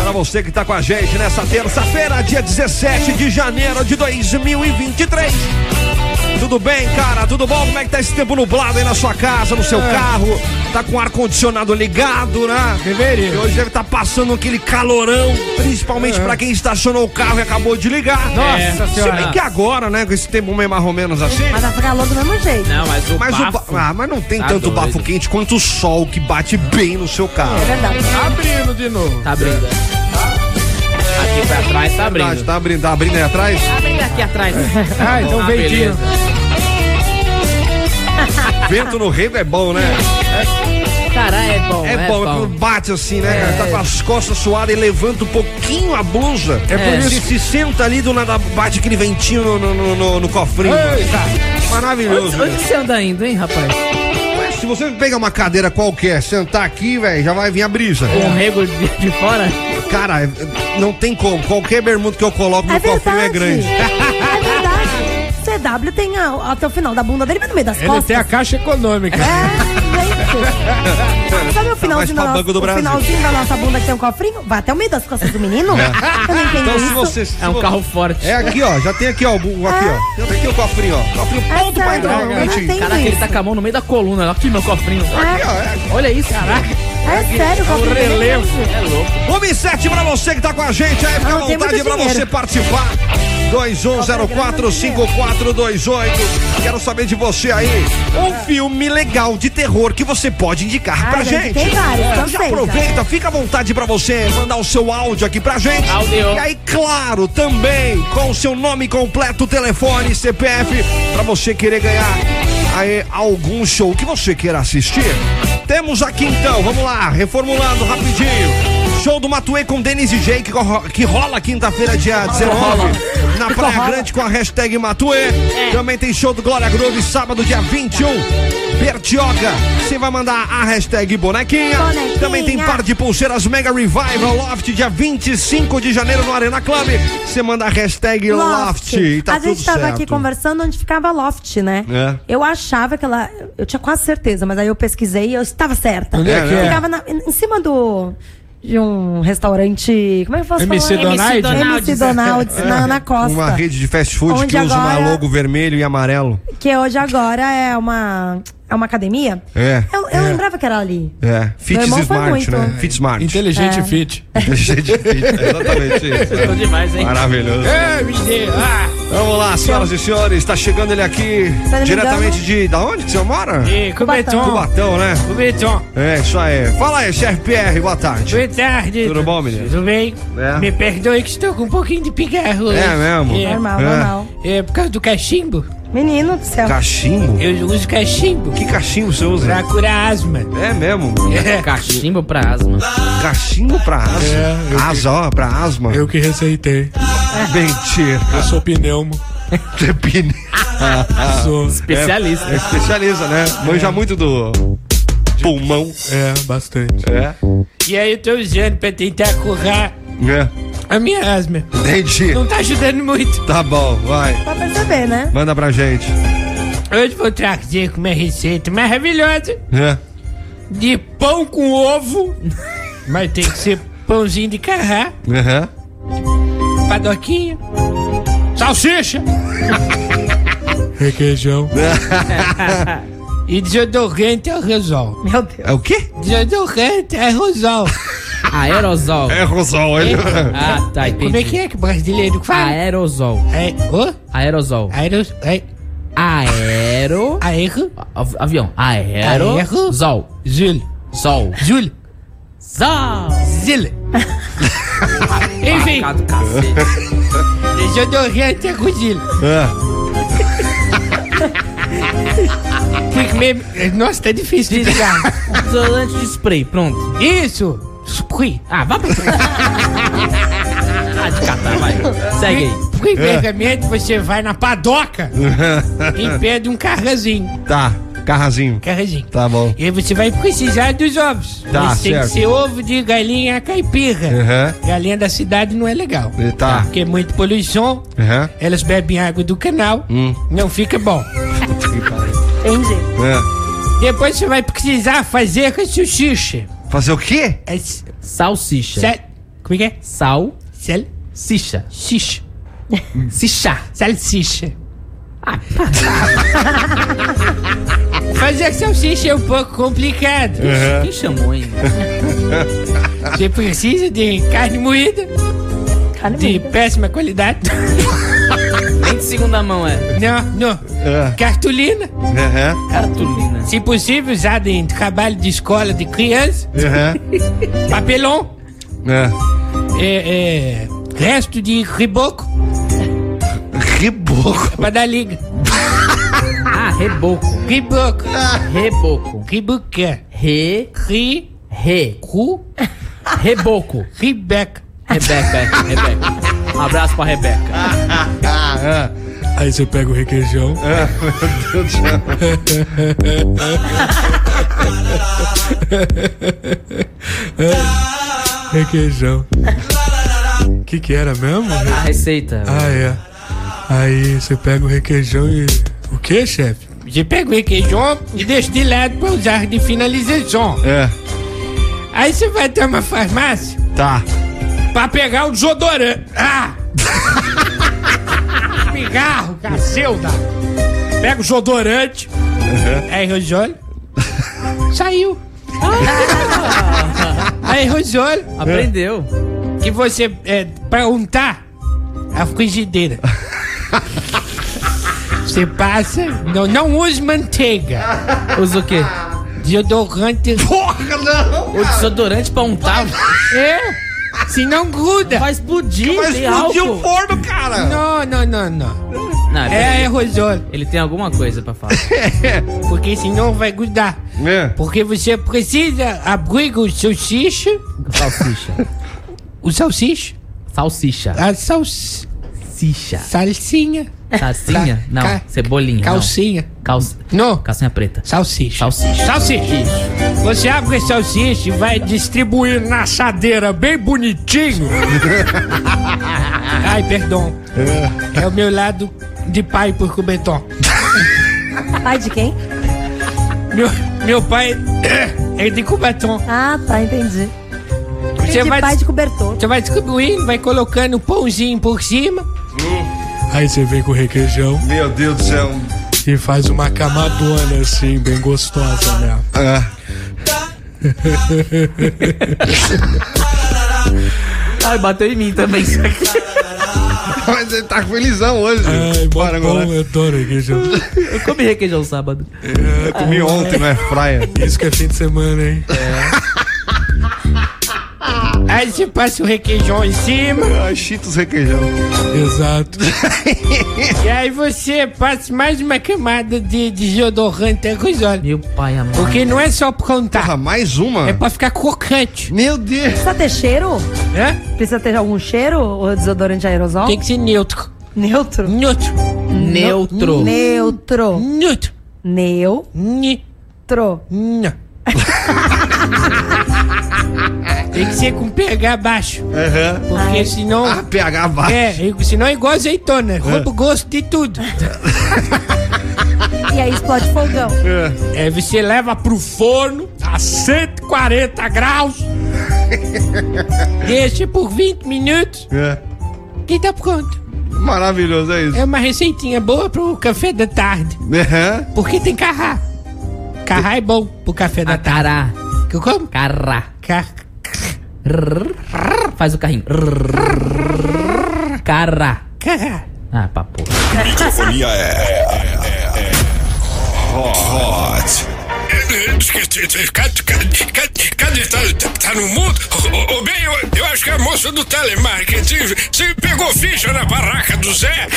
Para você que tá com a gente nessa terça-feira, dia 17 de janeiro de 2023. Tudo tudo bem, cara? Tudo bom? Como é que tá esse tempo nublado aí na sua casa, no É. seu carro? Tá com o ar-condicionado ligado, né? Deveria. E hoje deve estar passando aquele calorão, principalmente pra quem estacionou o carro e acabou de ligar. É. É. Nossa Se Senhora. bem que agora, né, com esse tempo meio mais ou menos assim. Mas vai ficar louco do mesmo jeito. Não, mas o Mas, o bafo- ba- ah, mas não tem Tá tanto bafo doido. quente quanto o sol que bate bem no seu carro. É verdade. Abrindo de novo. Tá abrindo. Aqui pra trás tá Verdade, É, abrindo. tá abrindo, tá abrindo aí atrás? Abrindo aqui atrás. Ah, então Ah, veio beleza. Vento no rego é bom, né? Caralho, é bom. É, bom, é quando bate assim, né, cara? Tá com as costas suadas e levanta um pouquinho a blusa. É por isso. Se, se senta ali do nada, bate aquele ventinho no, no, no- no- no cofrinho. Maravilhoso. Onde, onde que você anda indo, hein, rapaz? Ué, Se você pegar uma cadeira qualquer, sentar aqui, velho, já vai vir a brisa. Com o rego de, de fora? Cara, é- não tem como. Qualquer bermuda que eu coloco no É cofrinho verdade. é grande. É verdade. CW tem a- até o final da bunda dele, mas no meio das Ele costas. tem a caixa econômica. É, gente. Sabe o Tá mais finalzinho, pra da nossa, Banco do o Brasil. finalzinho da nossa bunda que tem um cofrinho? Vai até o meio das costas do menino? Eu não entendi Então se isso. você. se É um vo- carro forte. É aqui, ó. Já tem aqui, ó. o bu- Aqui, ó. Já tem aqui o cofrinho, ó. Cofrinho É pronto pra sério, entrar. eu não realmente. entendi Caraca, ele isso. Ah, tá com a mão no meio da coluna. Olha aqui meu cofrinho. Aqui, Olha isso, caraca. É sério, o um cofrinho dele é grande. Tá É louco. ó. 1 e 7 pra você que tá com a gente. Aí fica à Não, tem vontade muito pra dinheiro. né? você participar. 21045428. Quero saber de você aí. Um filme legal de terror que você pode indicar Ah, pra gente, gente. tem vários, Então então já seja. aproveita, fica à vontade pra você mandar o seu áudio aqui pra gente. Áudio. E aí, claro, também com o seu nome completo, telefone, CPF, pra você querer ganhar aí algum show que você queira assistir. Temos aqui então, vamos lá, reformulando rapidinho. Show do Matuê com Denis e Jay, que, ro- que rola quinta-feira, dia 19, na Praia Grande com a hashtag Matuê. Também tem show do Glória Groove, sábado, dia 21. Bertioga, você vai mandar a hashtag bonequinha. Bonequinha. Também tem par de pulseiras Mega Revival Loft, dia 25 de janeiro no Arena Club. Você manda a hashtag Loft. e tá um a gente tudo tava certo. aqui conversando onde ficava Loft, né? É. Eu achava que ela. Eu tinha quase certeza, mas aí eu pesquisei e eu estava certa. Onde é que é? Ficava na- em cima do. De um restaurante. Como é que eu posso MC falar? Donald? MC Donald's, na, na costa. Uma rede de fast food Onde que usa agora- uma logo vermelho e amarelo. Que hoje agora é uma. É uma academia? É, Eu, eu lembrava que era ali. É, Fit irmão foi Smart, muito. né? Fit É. Smart. Inteligente e fit. Inteligente Fit, é exatamente isso. Tô né? demais, hein? Maravilhoso. É, mentira. Ah, Vamos lá, senhoras e senhores, tá chegando ele aqui não Tá me diretamente de. Da onde que você mora? e Cubatão. Cubatão, né? Cubatão. É, isso aí. Fala aí, chefe Pierre, boa tarde. Boa tarde. Tudo bom, menino? Tudo bem? É. Me perdoe que estou com um pouquinho de pigarro. É mesmo? É, Normal, É. Tá. normal. é por causa do cachimbo. Menino do céu. Cachimbo? Eu uso cachimbo Que cachimbo você usa? pra curar asma. É mesmo? É. Cachimbo pra asma. Cachimbo pra asma? É, eu- Asa, ó, pra asma? Eu que receitei. Mentira. Eu sou pneumo. Trepine. Ah. Sou. Especialista. É especialista, né? Manja muito do pulmão. É, bastante. É. E aí eu tô usando pra tentar curar É. a minha asma. Entendi. Não tá ajudando muito. Tá bom, vai. Pra perceber, né? Manda pra gente. Hoje vou trazer uma receita maravilhosa É. de pão com ovo. Mas tem que ser pãozinho de carrá, Aham. padoquinha, salsicha, requeijão e desodorante aerosol. Meu Deus. É o quê? Desodorante é aerosol. Aerosol. É Rosal, ele. Ah, tá, entendi. Como é que é que o brasileiro fala? Aerosol. É, ô, Aerosol. aeros, é, Aero. aero, av- Avião. Ah. Aero. Aero. Zol. zul, Sol. zul, Zol. zil. Enfim, Cado cacete. desodorante aerosol. É. Tem que me- Nossa, tá difícil de ligar. Isolante de spray, pronto. Isso! Squee! Ah, vá pra. ah, de catar, vai. Segue aí. Primeiramente, você vai na padoca É. e pede um carrazinho. Tá, carrazinho. Carrazinho. Tá bom. E aí você vai precisar dos ovos. Tá, Mas tem que certo. ser ovo de galinha caipira. Aham. Galinha da cidade não é legal. E Tá. Porque é muito poluição, Aham. elas bebem água do canal, Hum. não fica bom. Entendi. É. Depois você vai precisar fazer com salsicha. Fazer o quê? É s- Salsicha. sal- Como é que é? Salsicha. Salsicha. Sicha. Salsicha. Fazer salsicha é um pouco complicado. Quem chamou, hein? Você precisa de carne moída, Carne de moída. péssima qualidade. Nem de segunda mão é. Tá Não, não. Cartolina, É. Aham, Cartolina. se possível, usada em trabalho de escola de criança. aham, Papelão, é. é, é, resto de riboco Reboco. pra dar liga. Ah, reboco. Riboco. Reboco. Riboco é. Re. Ri, Re. cu, Reboco. ribeca. Rebeca, é, Rebeca. Um abraço pra Rebeca. Aí você pega o requeijão. requeijão. O que que era mesmo? A receita. Ah, é. Aí você pega o requeijão e... O que, chefe? Você pega o requeijão e deixa de lado pra usar de finalização. É, Aí você vai ter uma farmácia tá. pra pegar o desodorante. Ah! Pigarro, cacilda. tá? Pega o desodorante. Aí, Rosioli. Saiu. Ah! Aí, Rosioli, é? Aprendeu. que você, é, pra untar a frigideira. Você passa, não, não use manteiga. Usa o quê? Desodorante. Porra, não! O desodorante pra untar. É? Se não gruda. Vai explodir, Mas tem explodiu o álcool. forno, cara! Não, não, não, não. Não, É, é, é Rosioli. ele tem alguma coisa pra falar. Porque senão vai grudar. É. Porque você precisa abrir o salsicha, Salsicha. o salsicha, Salsicha. a sals, Salsicha. salsinha, Salsinha? Não, Ca- cebolinha. calcinha. Não. Calci- Não, Calcinha preta. salsicha. Salsicha. Salsicha. Você abre esse salsicha e vai distribuir na assadeira bem bonitinho. Ai, perdão. É o meu lado de pai por cobertor. Pai de quem? Meu, meu pai é de cobertor. Ah, tá, Você entendi. Entendi, vai, pai de cobertor. você vai distribuindo, vai colocando o pãozinho por cima. Aí você vem com o requeijão Meu Deus do céu. e faz uma camadona assim, bem gostosa, né? Ah. Ai, bateu em mim também. Mas ele tá felizão hoje. Ai, Bora bom, bom, agora. eu adoro requeijão. Eu comi requeijão sábado. Eu comi ontem, não é praia? Isso que é fim de semana, hein? Aí você passa o requeijão em cima. Ai, Cheetos requeijão. Exato. E aí você passa mais uma camada de desodorante aerosol. Meu pai amado. Porque não é só pra Ah, contar, mais uma? é pra ficar crocante, Meu Deus. Precisa ter cheiro? né? Precisa ter algum cheiro ou desodorante aerosol? Tem que ser neutro. Hum. Neutro? Neutro. Neutro. Neutro. Neutro. Neutro. Ni. Não. Tem que ser com pH baixo. Aham. Porque senão. Ah, É. pH baixo. É, senão é igual azeitona. Rouba o gosto de tudo. E aí explode fogão. É, você leva pro forno a 140 graus. Deixa por 20 minutos É. e tá pronto. Maravilhoso, é isso. É uma receitinha boa pro café da tarde. Aham. Porque tem carrá. Carrá é bom pro café da Ah, tarde. Cará. Que eu como? Cará. Car... Rrr. Faz o carrinho. Rrr. Cará. Carrá. Ah, papo. Microfonia é. é- é- Hot. Cadê? Tá, no mundo? Ô, bem, eu, acho que a moça do telemarketing se pegou ficha na barraca do Zé.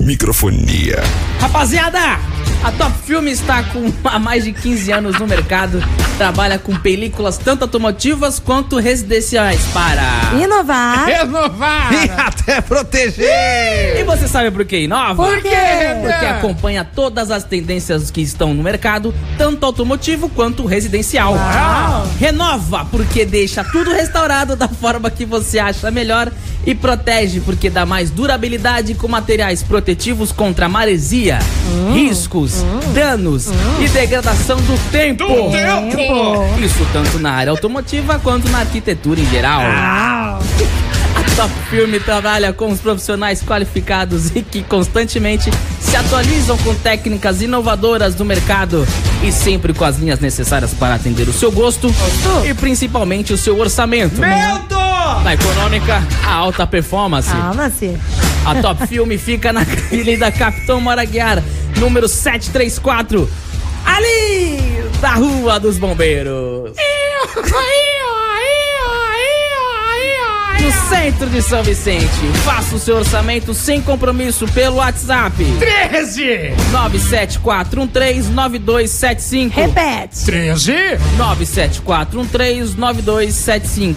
Microfonia. Rapaziada, a Top Filme está com há mais de 15 anos no mercado. Trabalha com películas tanto automotivas quanto residenciais É. para. Inovar. Renovar. E até proteger. E você sabe por que inova? É Por quê, Renan? Porque acompanha todas as tendências que estão no mercado, tanto automotivo quanto residencial. Renova, porque deixa tudo restaurado da forma que você acha melhor. E protege, porque dá mais durabilidade com materiais protetivos contra maresia, riscos, danos e degradação do tempo. Isso tanto na área automotiva quanto na arquitetura em geral. A Top Filme trabalha com os profissionais qualificados e que constantemente se atualizam com técnicas inovadoras do mercado e sempre com as linhas necessárias para atender o seu gosto e principalmente o seu orçamento. Na econômica, a alta performance. Ah. Calma-se. A Top Filme fica na Avenida Capitão Moraguiar, número 734, ali da Rua dos Bombeiros. No centro de São Vicente. Faça o seu orçamento sem compromisso pelo WhatsApp. 13! 974139275. Repete. 13? 974139275.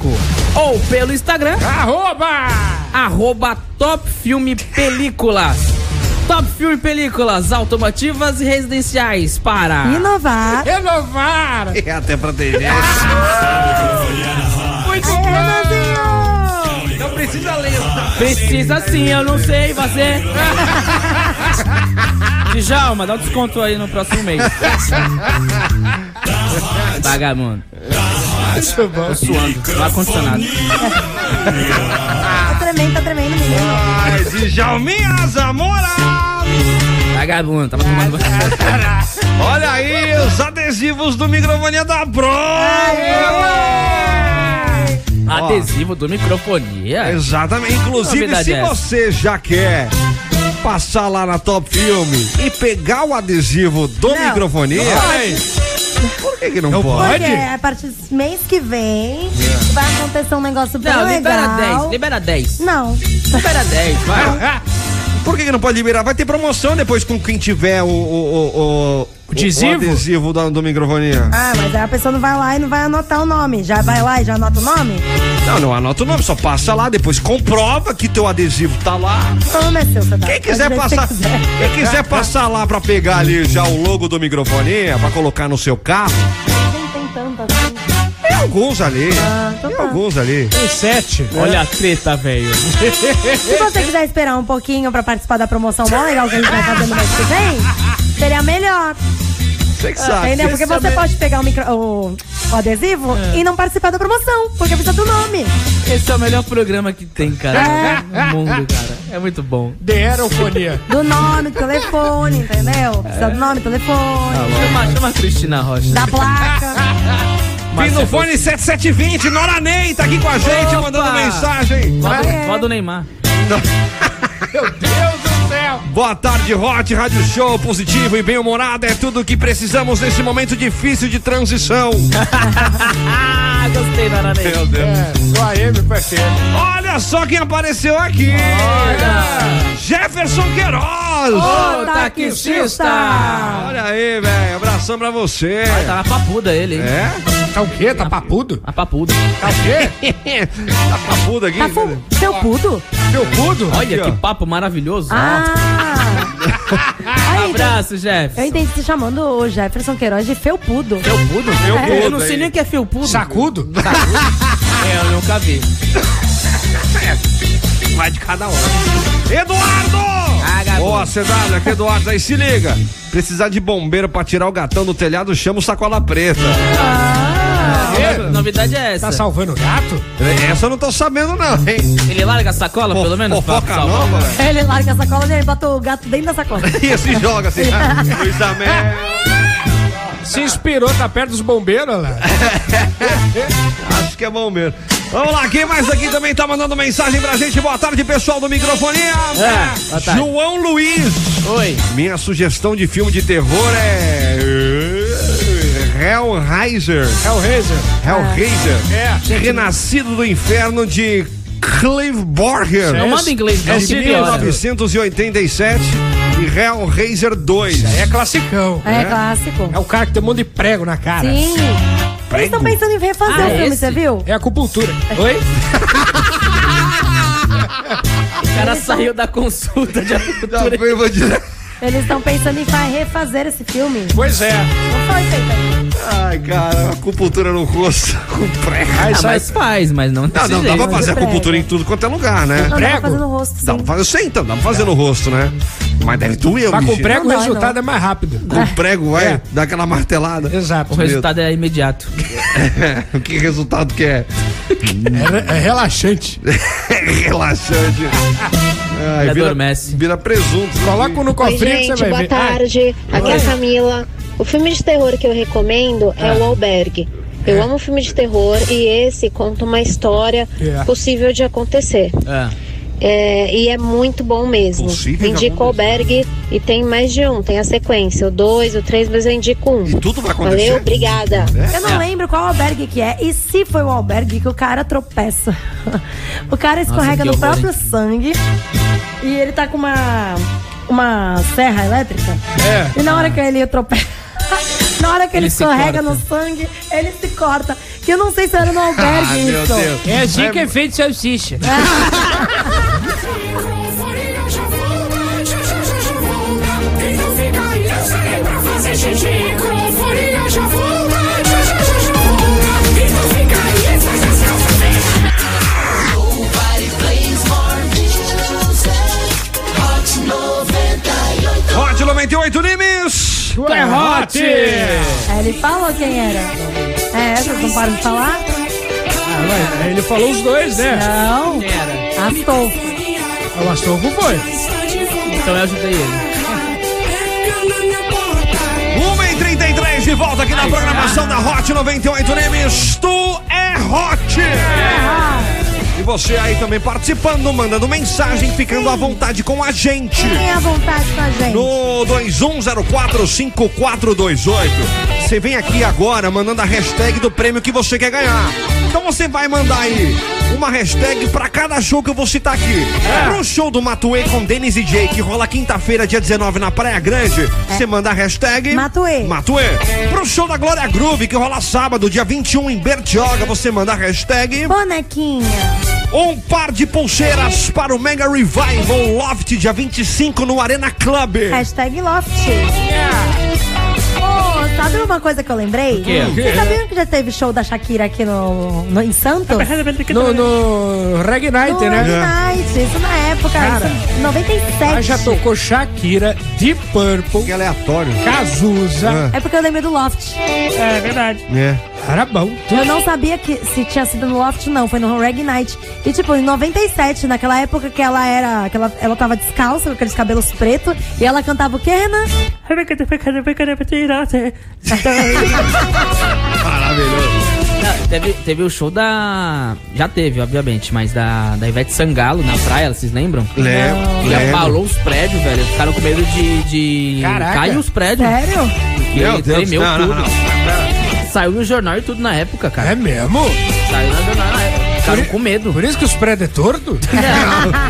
Ou pelo Instagram. Arroba! arroba Top Filme Películas. Top Filme Películas automotivas e residenciais para Inovar. Renovar! É até proteger. Muito Não precisa ler. precisa sim, eu não sei, você Djalma, dá um desconto aí no próximo mês Vagabundo é Tô suando, não ar-condicionado Tá tremendo, tá tremendo mesmo. Mas e Jalminha Zamora! Vagabundo, tava tomando É. Olha aí os adesivos do microfone é da Pro! Adesivo do microfonia Exatamente. Inclusive, Novidade se essa. você já quer passar lá na Top Filme e pegar o adesivo do Não. microfonia, por que, que não, pode? É. Porque é, a partir do mês que vem vai acontecer um negócio bem Não, libera legal. 10, libera 10 Não. Libera 10, vai Por que, que não pode liberar? Vai ter promoção depois com quem tiver o, o, o, o- adesivo? o adesivo do, do microfonia. Ah, mas aí a pessoa não vai lá e não vai anotar o nome. Já vai lá e já anota o nome? Não, não anota o nome, só passa lá, depois comprova que teu adesivo tá lá. O nome é seu, seu Quem quiser passar, né? quem quiser passar lá pra pegar ali já o logo do microfonia, pra colocar no seu carro, Nem tem tanta assim. tem alguns ali. Ah, então Tem tá. alguns ali. Tem sete. Olha a treta, velho Se você quiser esperar um pouquinho pra participar da promoção mó legal que a gente vai fazer no mês que vem, seria melhor, Você que sabe. entendeu? Porque você pode pegar o, micro, o, o adesivo e não participar da promoção, porque precisa do nome. Esse é o melhor programa que tem, cara. No mundo, cara. É muito bom. Aerofonia. Do nome, do telefone, entendeu? Precisa do nome, telefone, Chama, chama a Cristina Rocha. da placa. Márcia Pinofone 7720, Nora Ney tá aqui Ah! com a gente, Opa! mandando mensagem. Rocha. Vó do Neymar. Boa tarde, Hot Rádio Show, positivo e bem-humorado, é tudo o que precisamos nesse momento difícil de transição. Ah, gostei da Nara Ney. É, Olha só quem apareceu aqui. Jefferson Queiroz. Ô, taxista! Olha aí, velho, abração pra você. Tá na papuda ele, hein? É? Tá o quê? Tá papudo? Na papuda. Tá papudo aqui? Tá fu- seu puto? Felpudo? Olha Aqui, ó. que papo maravilhoso. Um Ah! Aí, então, Abraço, Jeff. eu entendi se chamando o Jefferson Queiroz de felpudo. Felpudo? Felpudo, Eu não sei aí. nem o que é felpudo. Sacudo? É, eu nunca vi. Vai de cada hora. Ah, Eduardo! Ó, CW, aqui é Eduardo, aí se liga. Precisar de bombeiro pra tirar o gatão do telhado, chama o sacola preta. A Novidade é essa. Tá salvando o gato? Essa eu não tô sabendo, não, hein? Ele larga a sacola, Oh, pelo menos, pra Fofoca salvar. nova, velho. Ele larga a sacola dele, bota o gato dentro da sacola. E se joga assim, né? Luiz Amel. Se inspirou, tá perto dos bombeiros, lá. Acho que é bombeiro. Vamos lá, quem mais aqui também tá mandando mensagem pra gente? Boa tarde, pessoal do Microfonia. É, boa tarde. João Luiz. Oi. Minha sugestão de filme de terror é. é, Hellraiser. É o Razer. Hellraiser. É. Renascido do Inferno de Clive Borger. Não manda inglês, não. É que de piora. 1987 e Hellraiser 2. É classicão. É, clássico. É o cara que tem um monte de prego na cara. Sim. Eles estão pensando em refazer Ah, o filme, esse? você viu? É acupuntura. Oi? O cara saiu da consulta de Tá abertura. bem, vou dizer. Eles estão pensando em fa- refazer esse filme. Pois é. Não foi feito ainda. Ai, cara, acupuntura no rosto. Com prego. Aí Ah, sai. mas faz, mas não desse Não, não, dá jeito. pra fazer acupuntura em tudo quanto é lugar, né? Não, dá Prego? pra fazer no rosto, Dá pra sim. fazer, eu sei então, dá pra fazer no rosto, né? Mas deve doer, Mas tá com bichinho. prego Não o dói, resultado é mais rápido. Com prego, vai, É. dá aquela martelada. Exato. É O resultado é imediato. que resultado que é? É, é relaxante. Relaxante. Ai, É vira, dormece. vira presunto. Coloca no Oi, cofrinho que gente, você boa vai ver. tarde. Aqui é a Camila. O filme de terror que eu recomendo Ah. é O Albergue. Eu amo filme de terror e esse conta uma história É. possível de acontecer. Ah, É, e é muito bom mesmo. Possível de indico o albergue e tem mais de um, tem a sequência, o dois, o três, mas eu indico um. E tudo vai acontecer. Valeu, obrigada. Eu É. não lembro qual albergue que é e se foi o albergue que o cara tropeça. O cara que escorrega no horror, próprio hein? sangue e ele tá com uma uma serra elétrica. É. E na hora que ele tropeça, na hora que ele, Ele se escorrega corta. no sangue, ele se corta. Que eu não sei se era no albergue Ah, meu isso. Deus. É assim que é feito salsicha. Microfonia já volta, já já já já volta. Quem não fica em casa nem pra fazer xixi. Microfonia já volta, já já já já volta. Quem não fica em casa faz as calças ver. Hot 98 Nimes. Tu é hot! Aí É, ele falou quem era. É, vocês não param de falar? Aí Ele falou os dois, né? Não. quem era? Astolfo. O Astolfo foi. Então eu ajudei ele. Uma e 33 de volta aqui na programação da Hot 98 Nimes. Tu é Hot. E você aí também participando, mandando mensagem, ficando à vontade com a gente. Fiquem à vontade com a gente. No 21045428. Você vem aqui agora mandando a hashtag do prêmio que você quer ganhar. Então você vai mandar aí uma hashtag pra cada show que eu vou citar aqui. Pro show do Matuê com Denis e Jay, que rola quinta-feira, dia 19, na Praia Grande, você manda a hashtag É. Matuê. Matuê. Pro show da Glória Groove, que rola sábado, dia 21, em Bertioga, você manda a hashtag Bonequinha. um par de pulseiras para o Mega Revival Loft, dia 25, no Arena Club. Hashtag Loft. Ô, sabe uma coisa que eu lembrei? Vocês sabiam que já teve show da Shakira aqui no, no- em Santos? No, no Reg Night, No né? Night, isso na época, Cara, isso em 97. Ela Ah, já tocou Shakira, Deep Que Purple, aleatório. Cazuza. É porque eu lembrei do Loft. É. Era bom. Eu não sabia que se tinha sido no Loft, não. Foi no Reg Night. E, tipo, em 97, naquela época que ela era. Que ela, ela tava descalça, com aqueles cabelos pretos. E ela cantava o quê, Renan? Não, teve, teve o show da. Já teve, obviamente, mas da, da Ivete Sangalo na praia, vocês lembram? Lembro. Que abalou os prédios, velho. Ficaram com medo de. de... Caraca. Cair os prédios. Sério? Porque Meu Deus. tremeu Não, não, tudo. não. Saiu no jornal e tudo na época, cara. É mesmo? Saiu no jornal na época. Ficaram com medo. Por isso que os prédios é torto?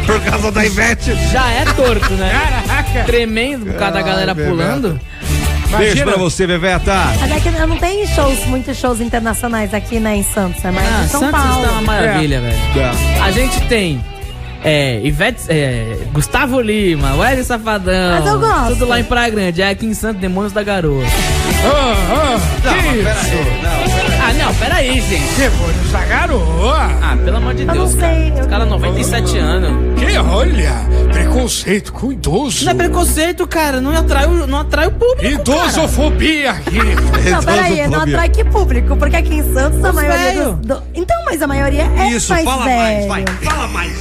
Por causa da Ivete. Já é torto, né? Caraca! Tremendo por causa da galera Bebeto. pulando. Beijo Imagina. pra você, Beveta. Mas é que eu não tem shows, muitos shows internacionais aqui, né, em Santos. É mais Ah, em São Santos Paulo. tá uma maravilha, velho. É. A gente tem é, Ivete, é, Gustavo Lima, Wesley Safadão. Mas eu gosto. Tudo lá em Praia Grande. É aqui em Santo Demônios da Garoa. Oh, Não, mas peraí. Não. Ah, não, peraí, gente. oh, demônios da garoa! Ah, pelo amor de não Deus, sei, cara. eu- Os caras 97 anos. Que olha, preconceito com idoso. Não é preconceito, cara. Não atrai o, não atrai o público. Idosofobia aqui. Não, peraí, não atrai que público, porque aqui em Santos a maioria velho. dos, do- Então, mas a maioria é Isso, mais fala velho. mais, vai. Fala mais.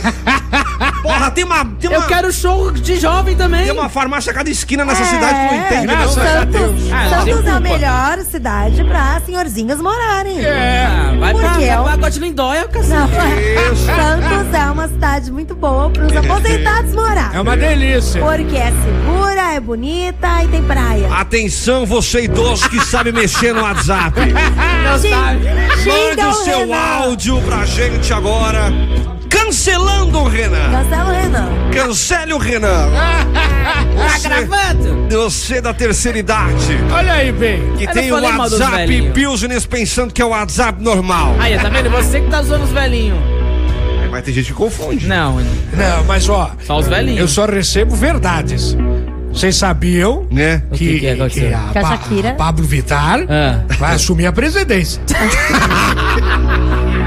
Porra, tem uma, tem Eu uma, quero show de jovem também. tem uma farmácia a cada esquina nessa É, cidade que não entende. graças não. a Deus. Santos, Ah, não tem Santos é a culpa. melhor cidade pra senhorzinhas morarem. É, Ah, vai Por pra, quê? vai pra Gotlin Dóia, Não, cacete. Santos é uma cidade muito boa pros aposentados morar. É uma delícia. Porque é segura, é bonita e tem praia. Atenção, você idoso que sabe mexer no WhatsApp. Xing- Mande Xinga o o seu Renan. áudio pra gente agora. Cancelando o Renan. Cancela o Renan. Cancele o Renan. Tá gravando? Você da terceira idade. Olha aí, bem. Que Eu tem o não falei mal dos WhatsApp velhinhos. Business pensando que é o WhatsApp normal. Aí, tá vendo? Você que tá zoando os velhinhos. Mas tem gente que confunde. Não, Não, mas ó, só os eu velhinhos. só recebo verdades. Vocês sabiam Né? O que, que que aconteceu? a, Que a Pa- Shakira- a Pablo Vittar Ah. vai assumir a presidência.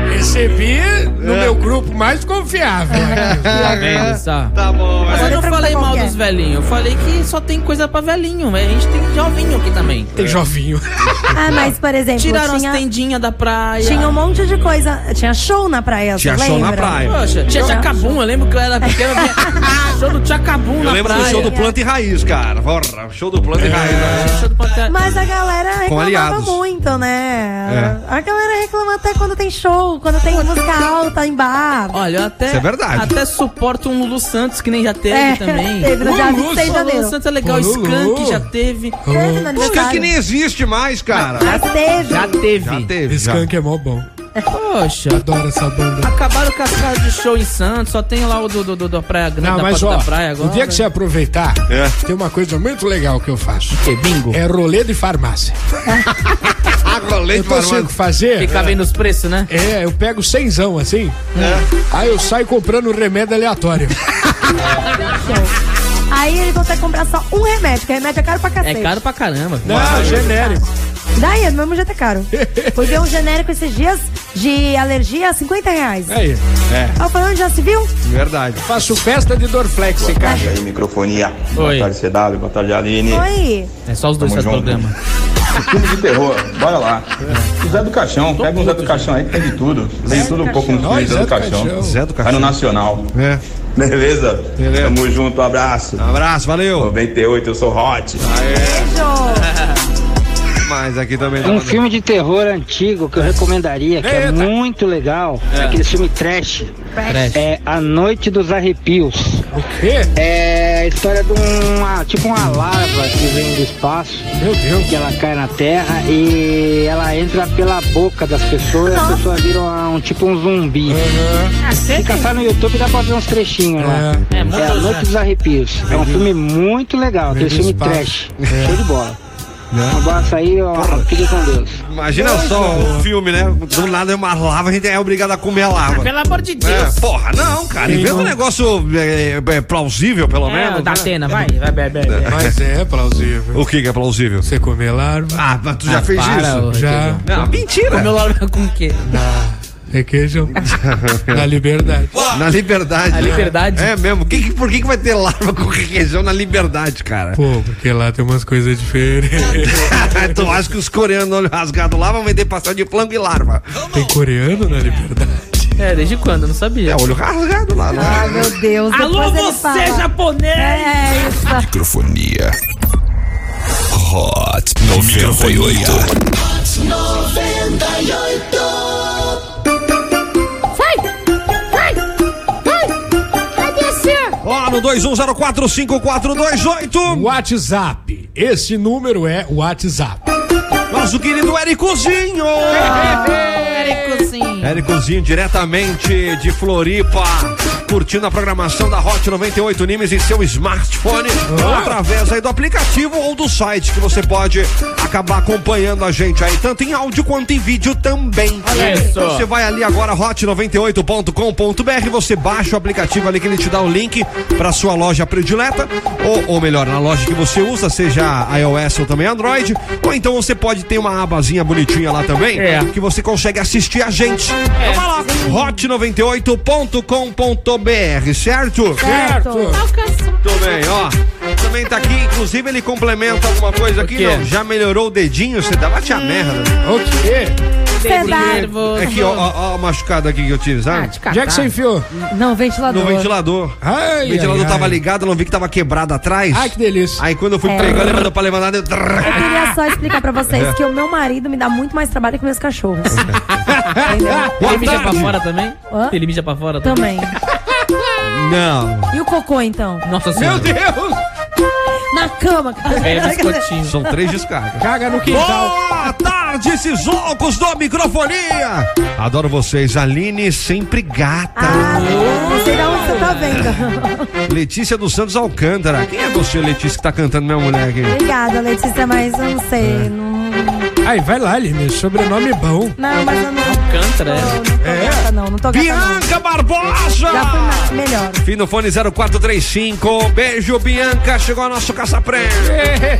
Recebi no É. meu grupo mais confiável. Tá É. vendo só? Tá bom, Mas eu Outra não falei pergunta mal qualquer. dos velhinhos. Eu falei que só tem coisa pra velhinho. mas A gente tem jovinho aqui também. É. Tem jovinho. Ah, mas, por exemplo, Tiraram as tinha, tendinhas da praia. tinha um monte de coisa. Tinha show na praia, Tinha você show é na lembra? praia. Poxa, tinha Chacabum. Eu lembro que eu era pequeno. eu via- show do Chacabum Eu na lembro do praia. show do Planta e Raiz, cara. Porra, show do Planta e Raiz. Show do Pantera. Mas a galera Com reclamava aliados. muito, né? É. A galera reclama até quando tem show, quando tem música alta em bar. Olha, eu até. Isso é verdade. Até suporto um Lulu Santos, que nem já teve também. É, teve no dia Lulu 26 de Santos, Lulu janeiro. Santos é legal. Pô, Lulu. Skank já teve. Teve no Por que, que aniversário. nem existe mais, cara? Mas teve. Já teve. Já teve. Já. Skunk é mó bom. Poxa. Adoro essa banda. Acabaram com as casas de show em Santos, só tem lá o do, do, do- da Praia Grande, Não, da mas Porta ó, da Praia agora. o dia que né? você aproveitar, É. tem uma coisa muito legal que eu faço. Que bingo? É rolê de farmácia. Ah, colete Eu consigo marmado. fazer... Fica vendo os preços, né? É, eu pego cenzão assim, aí eu saio comprando remédio aleatório. Aí ele consegue comprar só um remédio, que remédio é caro pra É cacete. caro pra caramba. Não, genérico. Daí, do mesmo jeito é caro. Fui ver um genérico esses dias de alergia a 50 É. reais. Aí Aí, eu falei, onde já se viu? Verdade. faço festa de Dorflex, cara. E aí, microfonia. Oi. Boa tarde, CW. Boa tarde, Aline. Oi. É só os dois Tamo fazem junto. programa. Filme de terror, bora lá. O Zé do Caixão, pega um Zé do Caixão aí que tem de tudo. Tem tudo um pouco no filme Nós, Então, Zé do Caixão. Zé do Vai Cachorro. no Nacional. É. Beleza? Beleza. Tamo junto, um abraço. Um abraço, valeu. 98, eu sou hot. Beijo. Mas aqui também Um não. filme de terror antigo que eu recomendaria, que é Eita. muito legal, é aquele filme trash, Trash. é A Noite dos Arrepios. Quê? É a história de uma, tipo uma larva que vem do espaço, Meu Deus. que ela cai na terra e ela entra pela boca das pessoas e as pessoas viram ah, um, tipo um zumbi. Fica só no YouTube dá pra ver uns trechinhos lá. É, É A Noite dos Arrepios. É um filme muito legal, Vem aquele do filme espaço. trash. Show de bola. Um abraço aí, ó. Fique com Deus. Imagina só o filme, né? Do nada é uma lava, a gente é obrigado a comer a lava. Pelo amor de Deus. É, porra, não, cara. Inventa um negócio é, é, plausível, pelo É, o menos. da né? Atena, vai, vai, vai, vai. vai. Mas é plausível. O que, que é plausível? Você comer larva, Ah, mas tu já fez para, isso? ô, já. Requeijão. Não, mentira. Comeu logo com o quê? requeijam, na liberdade. É. Na liberdade. A liberdade. É mesmo. Que, que- por que, que vai ter larva com requeijão na liberdade, cara? Pô, porque lá tem umas coisas diferentes. tu acha que os coreanos olho rasgado lá vão vender pastel de flango e larva? Tem coreano na liberdade. É, desde quando? Eu não sabia. É, olho rasgado lá. né? Ai, meu Deus. Alô, depois ele você fala. japonês! É isso. Microfonia. Hot 98. Ó, no 21045428, WhatsApp. Esse número é WhatsApp. nosso querido Éricozinho. Sim. Éricozinho, diretamente de Floripa, curtindo a programação da Hot 98 Nimes em seu smartphone, ou através aí do aplicativo ou do site, que você pode acabar acompanhando a gente aí, tanto em áudio quanto em vídeo também. Então, Isso. Você vai ali agora, hot98.com.br, você baixa o aplicativo ali que ele te dá o link para sua loja predileta, ou, ou melhor, na loja que você usa, seja iOS ou também Android, ou então você pode ter uma abazinha bonitinha lá também, É. que você consegue assistir a gente. Então vai lá, hot98.com.br, certo? Muito bem, ó. Também tá aqui, inclusive ele complementa alguma coisa aqui, quê? não, já melhorou o dedinho, você dá bate a merda. O quê? Sedar. Nervoso. É que ó, ó, ó a machucada aqui que eu tive, Ah, sabe? Onde é que você enfiou? Não, ventilador. No ventilador. Ai, o ventilador ai, ai. tava ligado, eu não vi que tava quebrado atrás. Ai, que delícia. Aí quando eu fui pegando, ele mandou pra levantar. Eu... Eu queria só explicar pra vocês que o meu marido me dá muito mais trabalho que meus cachorros. Entendeu? Ele mija pra tarde. fora também? Hã? Ele mija pra fora também? Também. Não. E o cocô, então? Nossa senhora. Deus! Na cama, cara. É, biscoitinho. São três descargas. Então, Caga no quintal. Boa tarde, esses loucos do microfonia! Adoro vocês, Aline sempre gata. Ah, não sei de onde você tá vendo. Letícia dos Santos Alcântara. Quem é você, Letícia, que tá cantando minha mulher aqui? Obrigada, Letícia, mas eu não É. sei. Não, Ai, vai lá, Aline. Sobrenome bom. não, mas eu não. Cantra, Não, é. não tô gata, não. Não tô gata, não. Bianca Barbosa! Já fui mais- melhor. Fim no fone 0435. Beijo, Bianca. Chegou nosso caça-prêmio.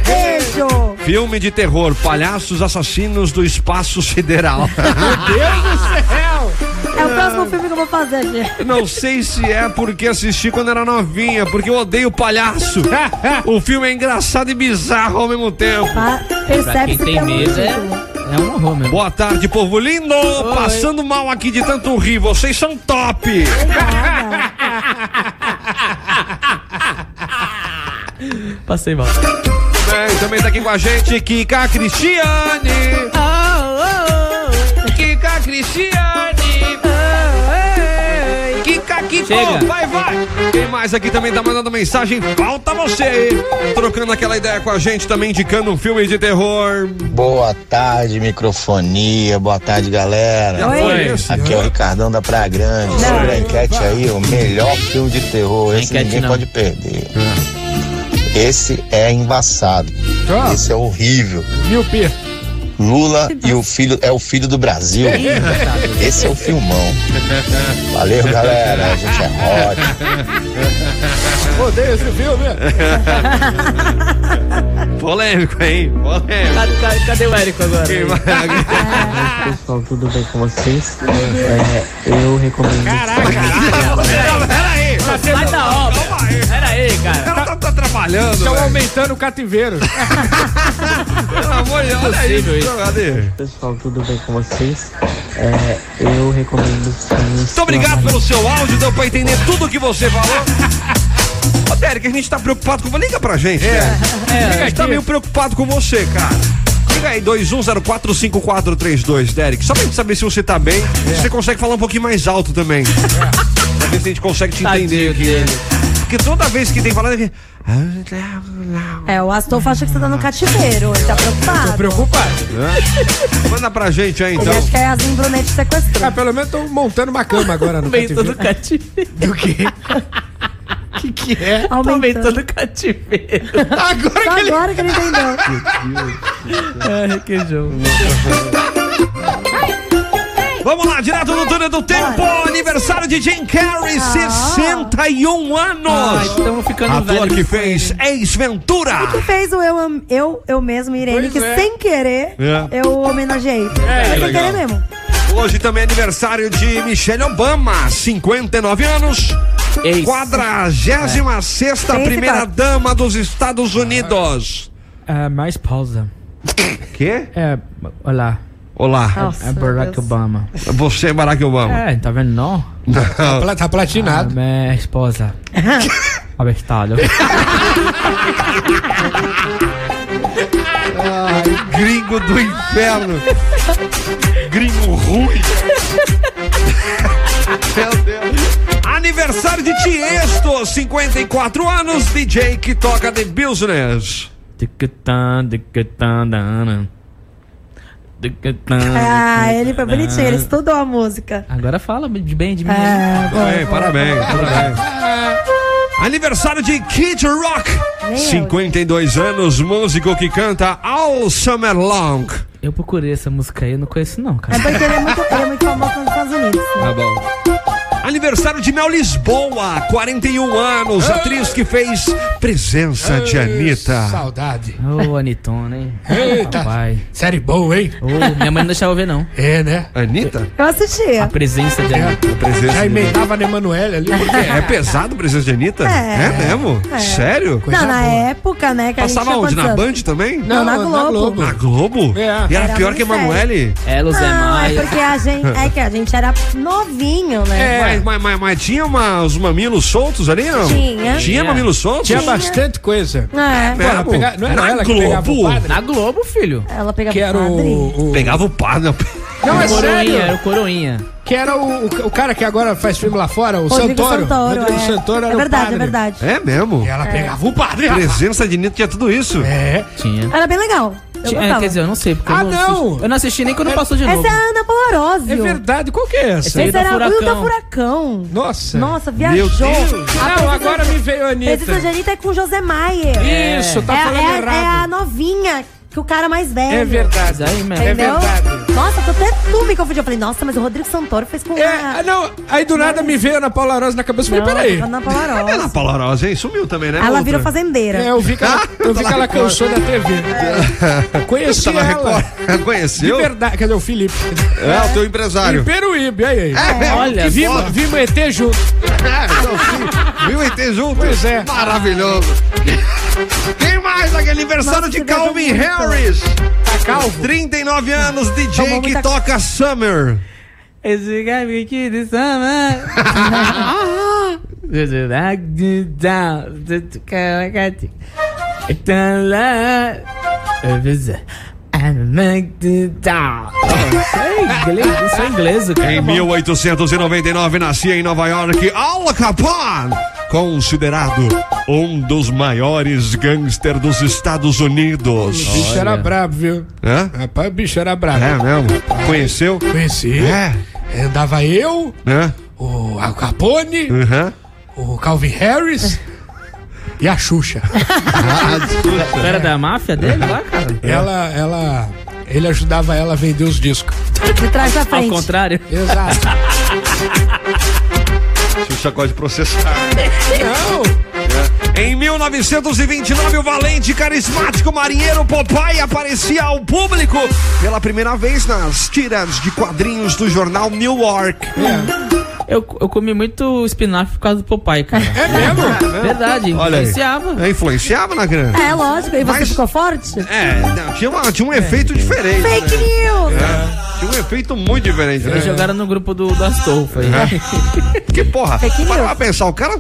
Beijo. Filme de terror, palhaços assassinos do espaço sideral. Meu Deus do céu! É o próximo filme que eu vou fazer, gente. Não sei se é porque assisti quando era novinha, porque eu odeio palhaço. o filme é engraçado e bizarro ao mesmo tempo. Pra quem tem medo, é, é um horror mesmo. Boa tarde, povo lindo! Passando mal aqui de tanto rir, vocês são top! Passei mal. Bem, também tá aqui com a gente, Kika Cristiane! Kika Cristiane! Kika Kiko! Chega. Vai, vai! Quem mais aqui também tá mandando mensagem? Falta você aí! Trocando aquela ideia com a gente, também indicando um filme de terror. Boa tarde, microfonia. Boa tarde, galera. Oi. Oi. Aqui é o Ricardão da Praia Grande. Sobre a enquete aí, o melhor filme de terror. Esse enquete ninguém não. Ah. pode perder. Esse é embaçado. Esse é horrível. Miopia. Lula e o filho é o filho do Brasil. Esse é o filmão. Valeu, galera. A gente é ótimo. Odeio esse filme. Polêmico, hein? Polêmico. Cadê, cadê o Érico agora? Pessoal, tudo bem com vocês? É, eu recomendo. Peraí, sai da obra. Peraí, cara. Ela tá, atrapalhando. Estão aumentando o cativeiro. Pelo amor de Deus, olha isso. Cadê? Pessoal, tudo bem com vocês? É, eu recomendo os filmes. Muito obrigado pelo seu áudio, deu pra entender tudo o que você falou. Ô, Derek, a gente tá preocupado com. Liga pra gente. É. É, a gente tá aqui. meio preocupado com você, cara. Liga aí, 21045432, Derek. Só pra gente saber se você tá bem. Se você consegue falar um pouquinho mais alto também. Pra ver se a gente consegue te entender aqui. Porque toda vez que tem que falar. ele- "Ah, tá, É, o Astolfo acha que você tá no cativeiro. Ele tá preocupado. Tô preocupado. Hã? Manda pra gente aí então. Ele acha que é Yasmin Brunetti sequestrou. Ah, pelo menos tô montando uma cama agora no Aumentando cativeiro. o cativeiro. Do quê? que que é? Tá Aumentando o cativeiro. Agora Só agora que ele entendeu. É, requeijão. Vamos lá, direto do túnel do tempo, aniversário de Jim Carrey, 61 anos. Ah. Ai, estamos Ah, então ficando Ator velhos que fez Ex Ventura. E que fez o eu, am- eu, eu mesmo, Irene, Pois que é. sem querer É. eu homenageei. É, Mas sem legal. querer mesmo. Hoje também é aniversário de Michelle Obama, 59 anos. 46 É. primeira dama dos Estados Unidos. É, mais pausa. Quê? É, olá. Olá. é Barack Obama. Você é Barack Obama. É, tá vendo não? Não. Tá platinado. Ah, minha esposa. Abestado. Ai, Ah. gringo do inferno. Gringo ruim. Meu Deus. Aniversário de Tiesto, 54 anos, DJ que toca The Business. Ticutã, ticutã, dana. Ticutã, Ah, ticutã, ele foi bonitinho, Ah. ele dana. estudou a música. Ah, Agora fala de bem, de mim. É, Bem, parabéns, parabéns. Aniversário de Kid Rock, É. 52 anos, músico que canta All Summer Long. Eu procurei essa música aí, eu não conheço não, cara. É porque ele é muito, ele é muito famoso nos Estados Unidos. Tá bom. Aniversário de Mel Lisboa, 41 anos, atriz que fez presença de Anitta. Saudade. Ô, Anitona, hein? Eita. Rapaz. Série boa, hein? Ô, minha mãe não deixava eu ver, não. É, né? É. Anitta? Eu Ah, assistia. A presença de Anitta. Já Presença de Anitta. emendava na Emanuele ali. É, é pesado a presença de Anitta? É. mesmo? É. Sério? não, na época, né, que a gente Passava tinha onde? Na quantos Band anos? também? Não, na Globo. Na Globo. Na Globo? É. E era, Era pior muito que Emanuele? É, Não, é porque a gente, é que a gente era novinho, né? É, Mas, mas- mas- mas tinha uma- os mamilos soltos ali, não? Tinha. Tinha mamilos soltos? Tinha bastante coisa. É. Pô, Ela ela pega- não era na ela que pegava o Globo? padre? Na Globo, filho. Ela pegava Que era padre. o. o- Pegava o padre. não. Não, é o coroinha, sério. era o coroinha. Que era o, o, o cara que agora faz filme lá fora, o Rodrigo Santoro. Santoro, Rodrigo é. Santoro era É verdade, o padre. é verdade. É mesmo? Ela pegava o padre. rapaz. Presença de Nito tinha tudo isso? É. Tinha. Era bem legal. Eu Tinha- é, gostava. quer dizer, eu não sei, porque Ah, eu não assisti. não. Eu não assisti nem quando passou de novo. Essa é a Ana Polarosi. É verdade, qual que é essa? Essa era o Will da Furacão. Furacão. Nossa. Nossa, Meu viajou. Deus. A Não, presença- agora me veio a Anitta. Presença de Anitta é com o José Maier. Isso, tá é, falando é, errado. É a novinha que o cara mais velho. É verdade. Aí mesmo. É Entendeu? verdade. Nossa, tô até tu me confundiu. Eu falei, nossa, mas o Rodrigo Santoro fez com. a- Ah, não, aí do nada me veio Ana Paula Rosa na cabeça e falei, Não, peraí. tava na Polarosa. Ana Paula Rosa, É hein? Sumiu também, né? Ela outra? virou fazendeira. É, eu vi que ela, eu vi que ela cansou da TV. Conheci Tá na ela. Record. Conheceu? De verdade, cadê o Felipe? É, o teu empresário. Em Peruíbe, aí, aí. É, olha vimos, só. vimos ET junto. Viu o ET junto? Pois é. Maravilhoso. Quem mais aqui? Aniversário de Calvin é Harris. Tá calvo? 39 anos, DJ que toca Summer. Esse gabi que de samba. Isso é inglês, cara. Em 1899 nascia em Nova York Al Capone, considerado um dos maiores gangsters dos Estados Unidos. O bicho era brabo, viu? Hã? Rapaz, o bicho era brabo. É mesmo? Conheceu? Conheci. É. Andava eu, Hã? o Al Capone, Uhum. o Calvin Harris e a Xuxa. Era da máfia dele lá, cara? É. Ela, ela. Ele ajudava ela a vender os discos. De trás pra Ao frente. contrário. Exato. Xuxa gosta de processar. Em 1929, o valente e carismático marinheiro Popeye aparecia ao público pela primeira vez nas tiras de quadrinhos do jornal New York. Eu, eu comi muito espinafre por causa do papai, cara. É mesmo? Verdade, Olha aí. influenciava. É, influenciava na grana. É, lógico. E você Mas- ficou forte? É, não, tinha, uma- tinha um efeito diferente. Fake news! É, tinha um efeito muito diferente, né? Eles jogaram no grupo do, do Astolfo aí. É. Que porra, Fake para news. pra pensar, o cara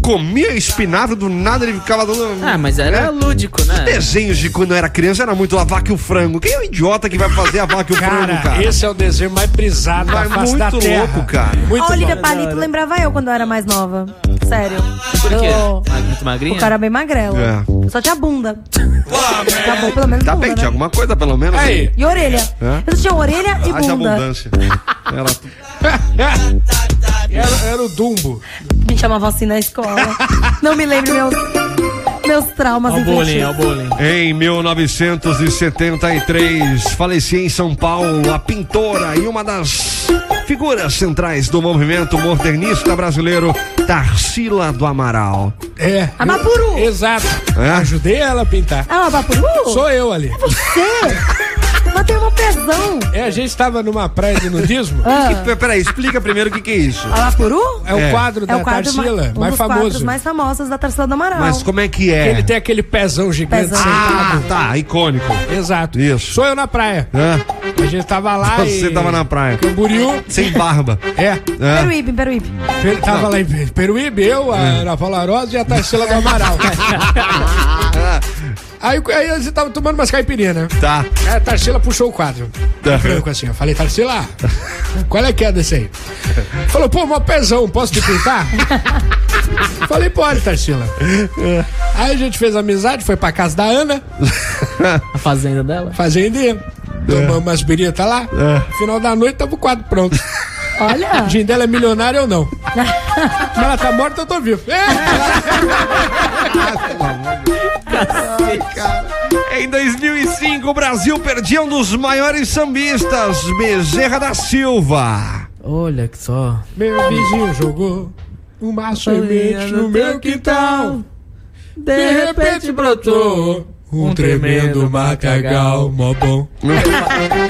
comia espinafre, do nada ele ficava dando... Ah, mas era É. lúdico, né? Desenhos de quando eu era criança era muito a vaca e o frango. Quem é o idiota que vai fazer a vaca e o frango, cara? Cara, esse é o desenho mais brisado da Mas face da muito terra. louco, cara. Muito a Olivia bom. Palito lembrava eu quando eu era mais nova. Sério. Por quê? é? Eu- Ma- Muito magrinha? O cara é bem magrelo. Só tinha bunda. Tá bom, pelo menos É. Tá bunda, bem, né? tinha alguma coisa pelo menos. Aí. E orelha. Hã? Eu tinha orelha e Haja bunda. abundância. Era... Era, era o Dumbo. Me chamavam assim na escola. Não me lembro meus, meus traumas infantis. Em 1973, falecia em São Paulo a pintora e uma das figuras centrais do movimento modernista brasileiro, Tarsila do Amaral. É. Amapuru. Exato. É? Ajudei ela a pintar. Ah, Amapuru? Sou eu ali. É Você? Mas tem uma pressão. É, a gente tava numa praia de nudismo. Ah. P- Peraí, explica primeiro o que, que é isso. Alapuru? É o É. quadro da Tarsila, ma- um mais dos famoso. quadros mais famosos da Tarsila do Amaral. Mas como é que é? Ele tem aquele pezão gigante Pezão. Ah, sentado. tá, icônico. Exato. Isso. Sou eu na praia. Hã? A gente tava lá e... Você tava na praia. Camboriú. Sem barba. Ah, É. Hã? Peruíbe, Peruíbe. Per- Tava lá em Peruíbe, eu, a É. Ana Paula Rosa e a Tarsila do Amaral. aí, aí a gente tava tomando umas caipirinhas, né? Tá. Aí a Tarsila puxou o quadro. Tá. Em branco assim. Eu falei, Tarsila, qual é que é desse aí? Falou, pô, mó pezão, posso te pintar? falei, pode, Tarsila. É. Aí a gente fez amizade, foi pra casa da Ana, A fazenda dela? fazendeira. Tomamos umas birita tá lá. No final da noite tava o quadro pronto. Olha. O Jim dela é milionário ou não? Mas ela tá morta, eu tô vivo. É. Em 2005, o Brasil perdia um dos maiores sambistas, Bezerra da Silva. Olha que só. Meu vizinho jogou um uma semente no meu quintal. De De repente brotou um tremendo matagal, mó bom.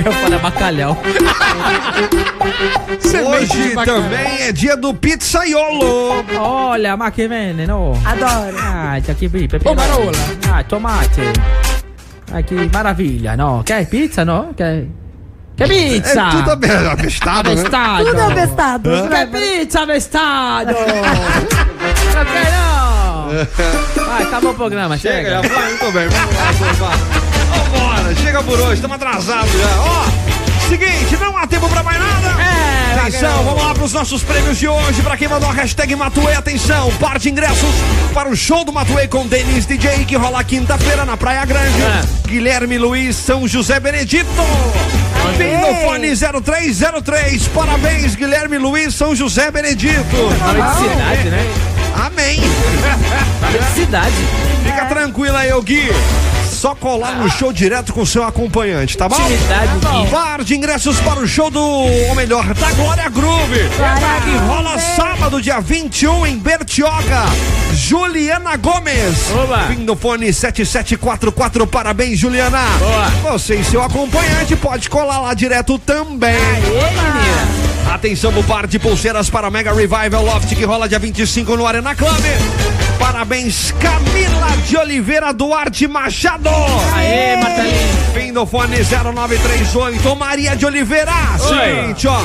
Eu falei bacalhau. Hoje também é dia do pizzaiolo. Olha, ma che veneno. Adoro. Ah, c'è chi pepe. Ô, Marola. Ah, tomate. Ah, che maraviglia, no? Che è pizza, no? Che, che pizza? É tudo abe- abestado, né? Avestado. Tudo é um abestado. Che pizza, avestado. Perché no? Vai, acabou o programa, Chega, já chega. foi, muito É, bem. Vamos lá, vamos lá. Vambora, chega por hoje, estamos atrasados já. Ó, seguinte, não há tempo pra mais nada. É, Atenção, vamos lá pros nossos prêmios de hoje. Pra quem mandou a hashtag Matuei, atenção, par de ingressos para o show do Matuei com Denis DJ, que rola quinta-feira na Praia Grande. Guilherme Luiz, São José Benedito. Bem no fone 0303. Parabéns, Guilherme Luiz, São José Benedito. é Cidade, né? Amém. Cidade. Fica tranquila aí, ô Gui. só colar no show direto com seu acompanhante, tá bom? Par de ingressos para o show do, ou melhor, da Glória Groove. Que rola sábado, dia 21, em Bertioga. Juliana Gomes. Fim do fone 7744. Parabéns, Juliana. Você e seu acompanhante pode colar lá direto também. Atenção pro par de pulseiras para o Mega Revival Loft que rola dia 25 no Arena Club. Parabéns, Camila de Oliveira Duarte Machado. Aê, Martelinho. Fim do fone 0938, Maria de Oliveira. Oi. Gente, ó.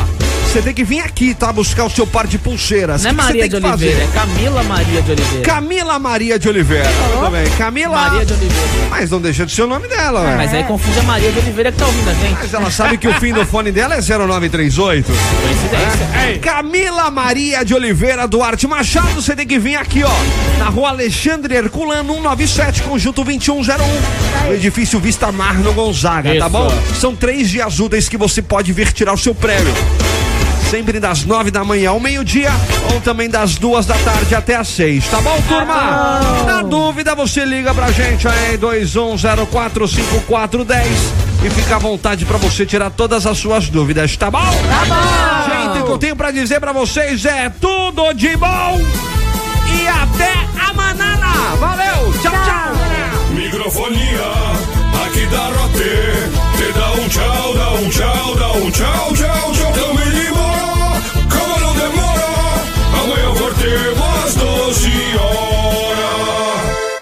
Você tem que vir aqui, tá? Buscar o seu par de pulseiras. Não é O que que você Maria tem de que Oliveira, é fazer? Camila Maria de Oliveira. Camila Maria de Oliveira. Tudo bem. Camila. Maria de Oliveira. Mas não deixa de ser o nome dela, Ah, ué. mas aí confunde a Maria de Oliveira que tá ouvindo a gente. Mas Ela sabe que o fim do fone dela é 0938. Coincidência. É. Camila Maria de Oliveira Duarte Machado, você tem que vir aqui, ó. Na rua Alexandre Herculano, 197, conjunto 2101. No edifício Vista Mar no Gonzaga, tá Isso. bom? São três dias úteis que você pode vir tirar o seu prêmio. Sempre das nove da manhã ao meio-dia, ou também das duas da tarde até às seis, tá bom, turma? Na dúvida, você liga pra gente aí, 21045410 e fica à vontade pra você tirar todas as suas dúvidas, tá bom? Tá bom! Gente, o que eu tenho pra dizer pra vocês é tudo de bom e até a manana! Valeu! tchau! tchau.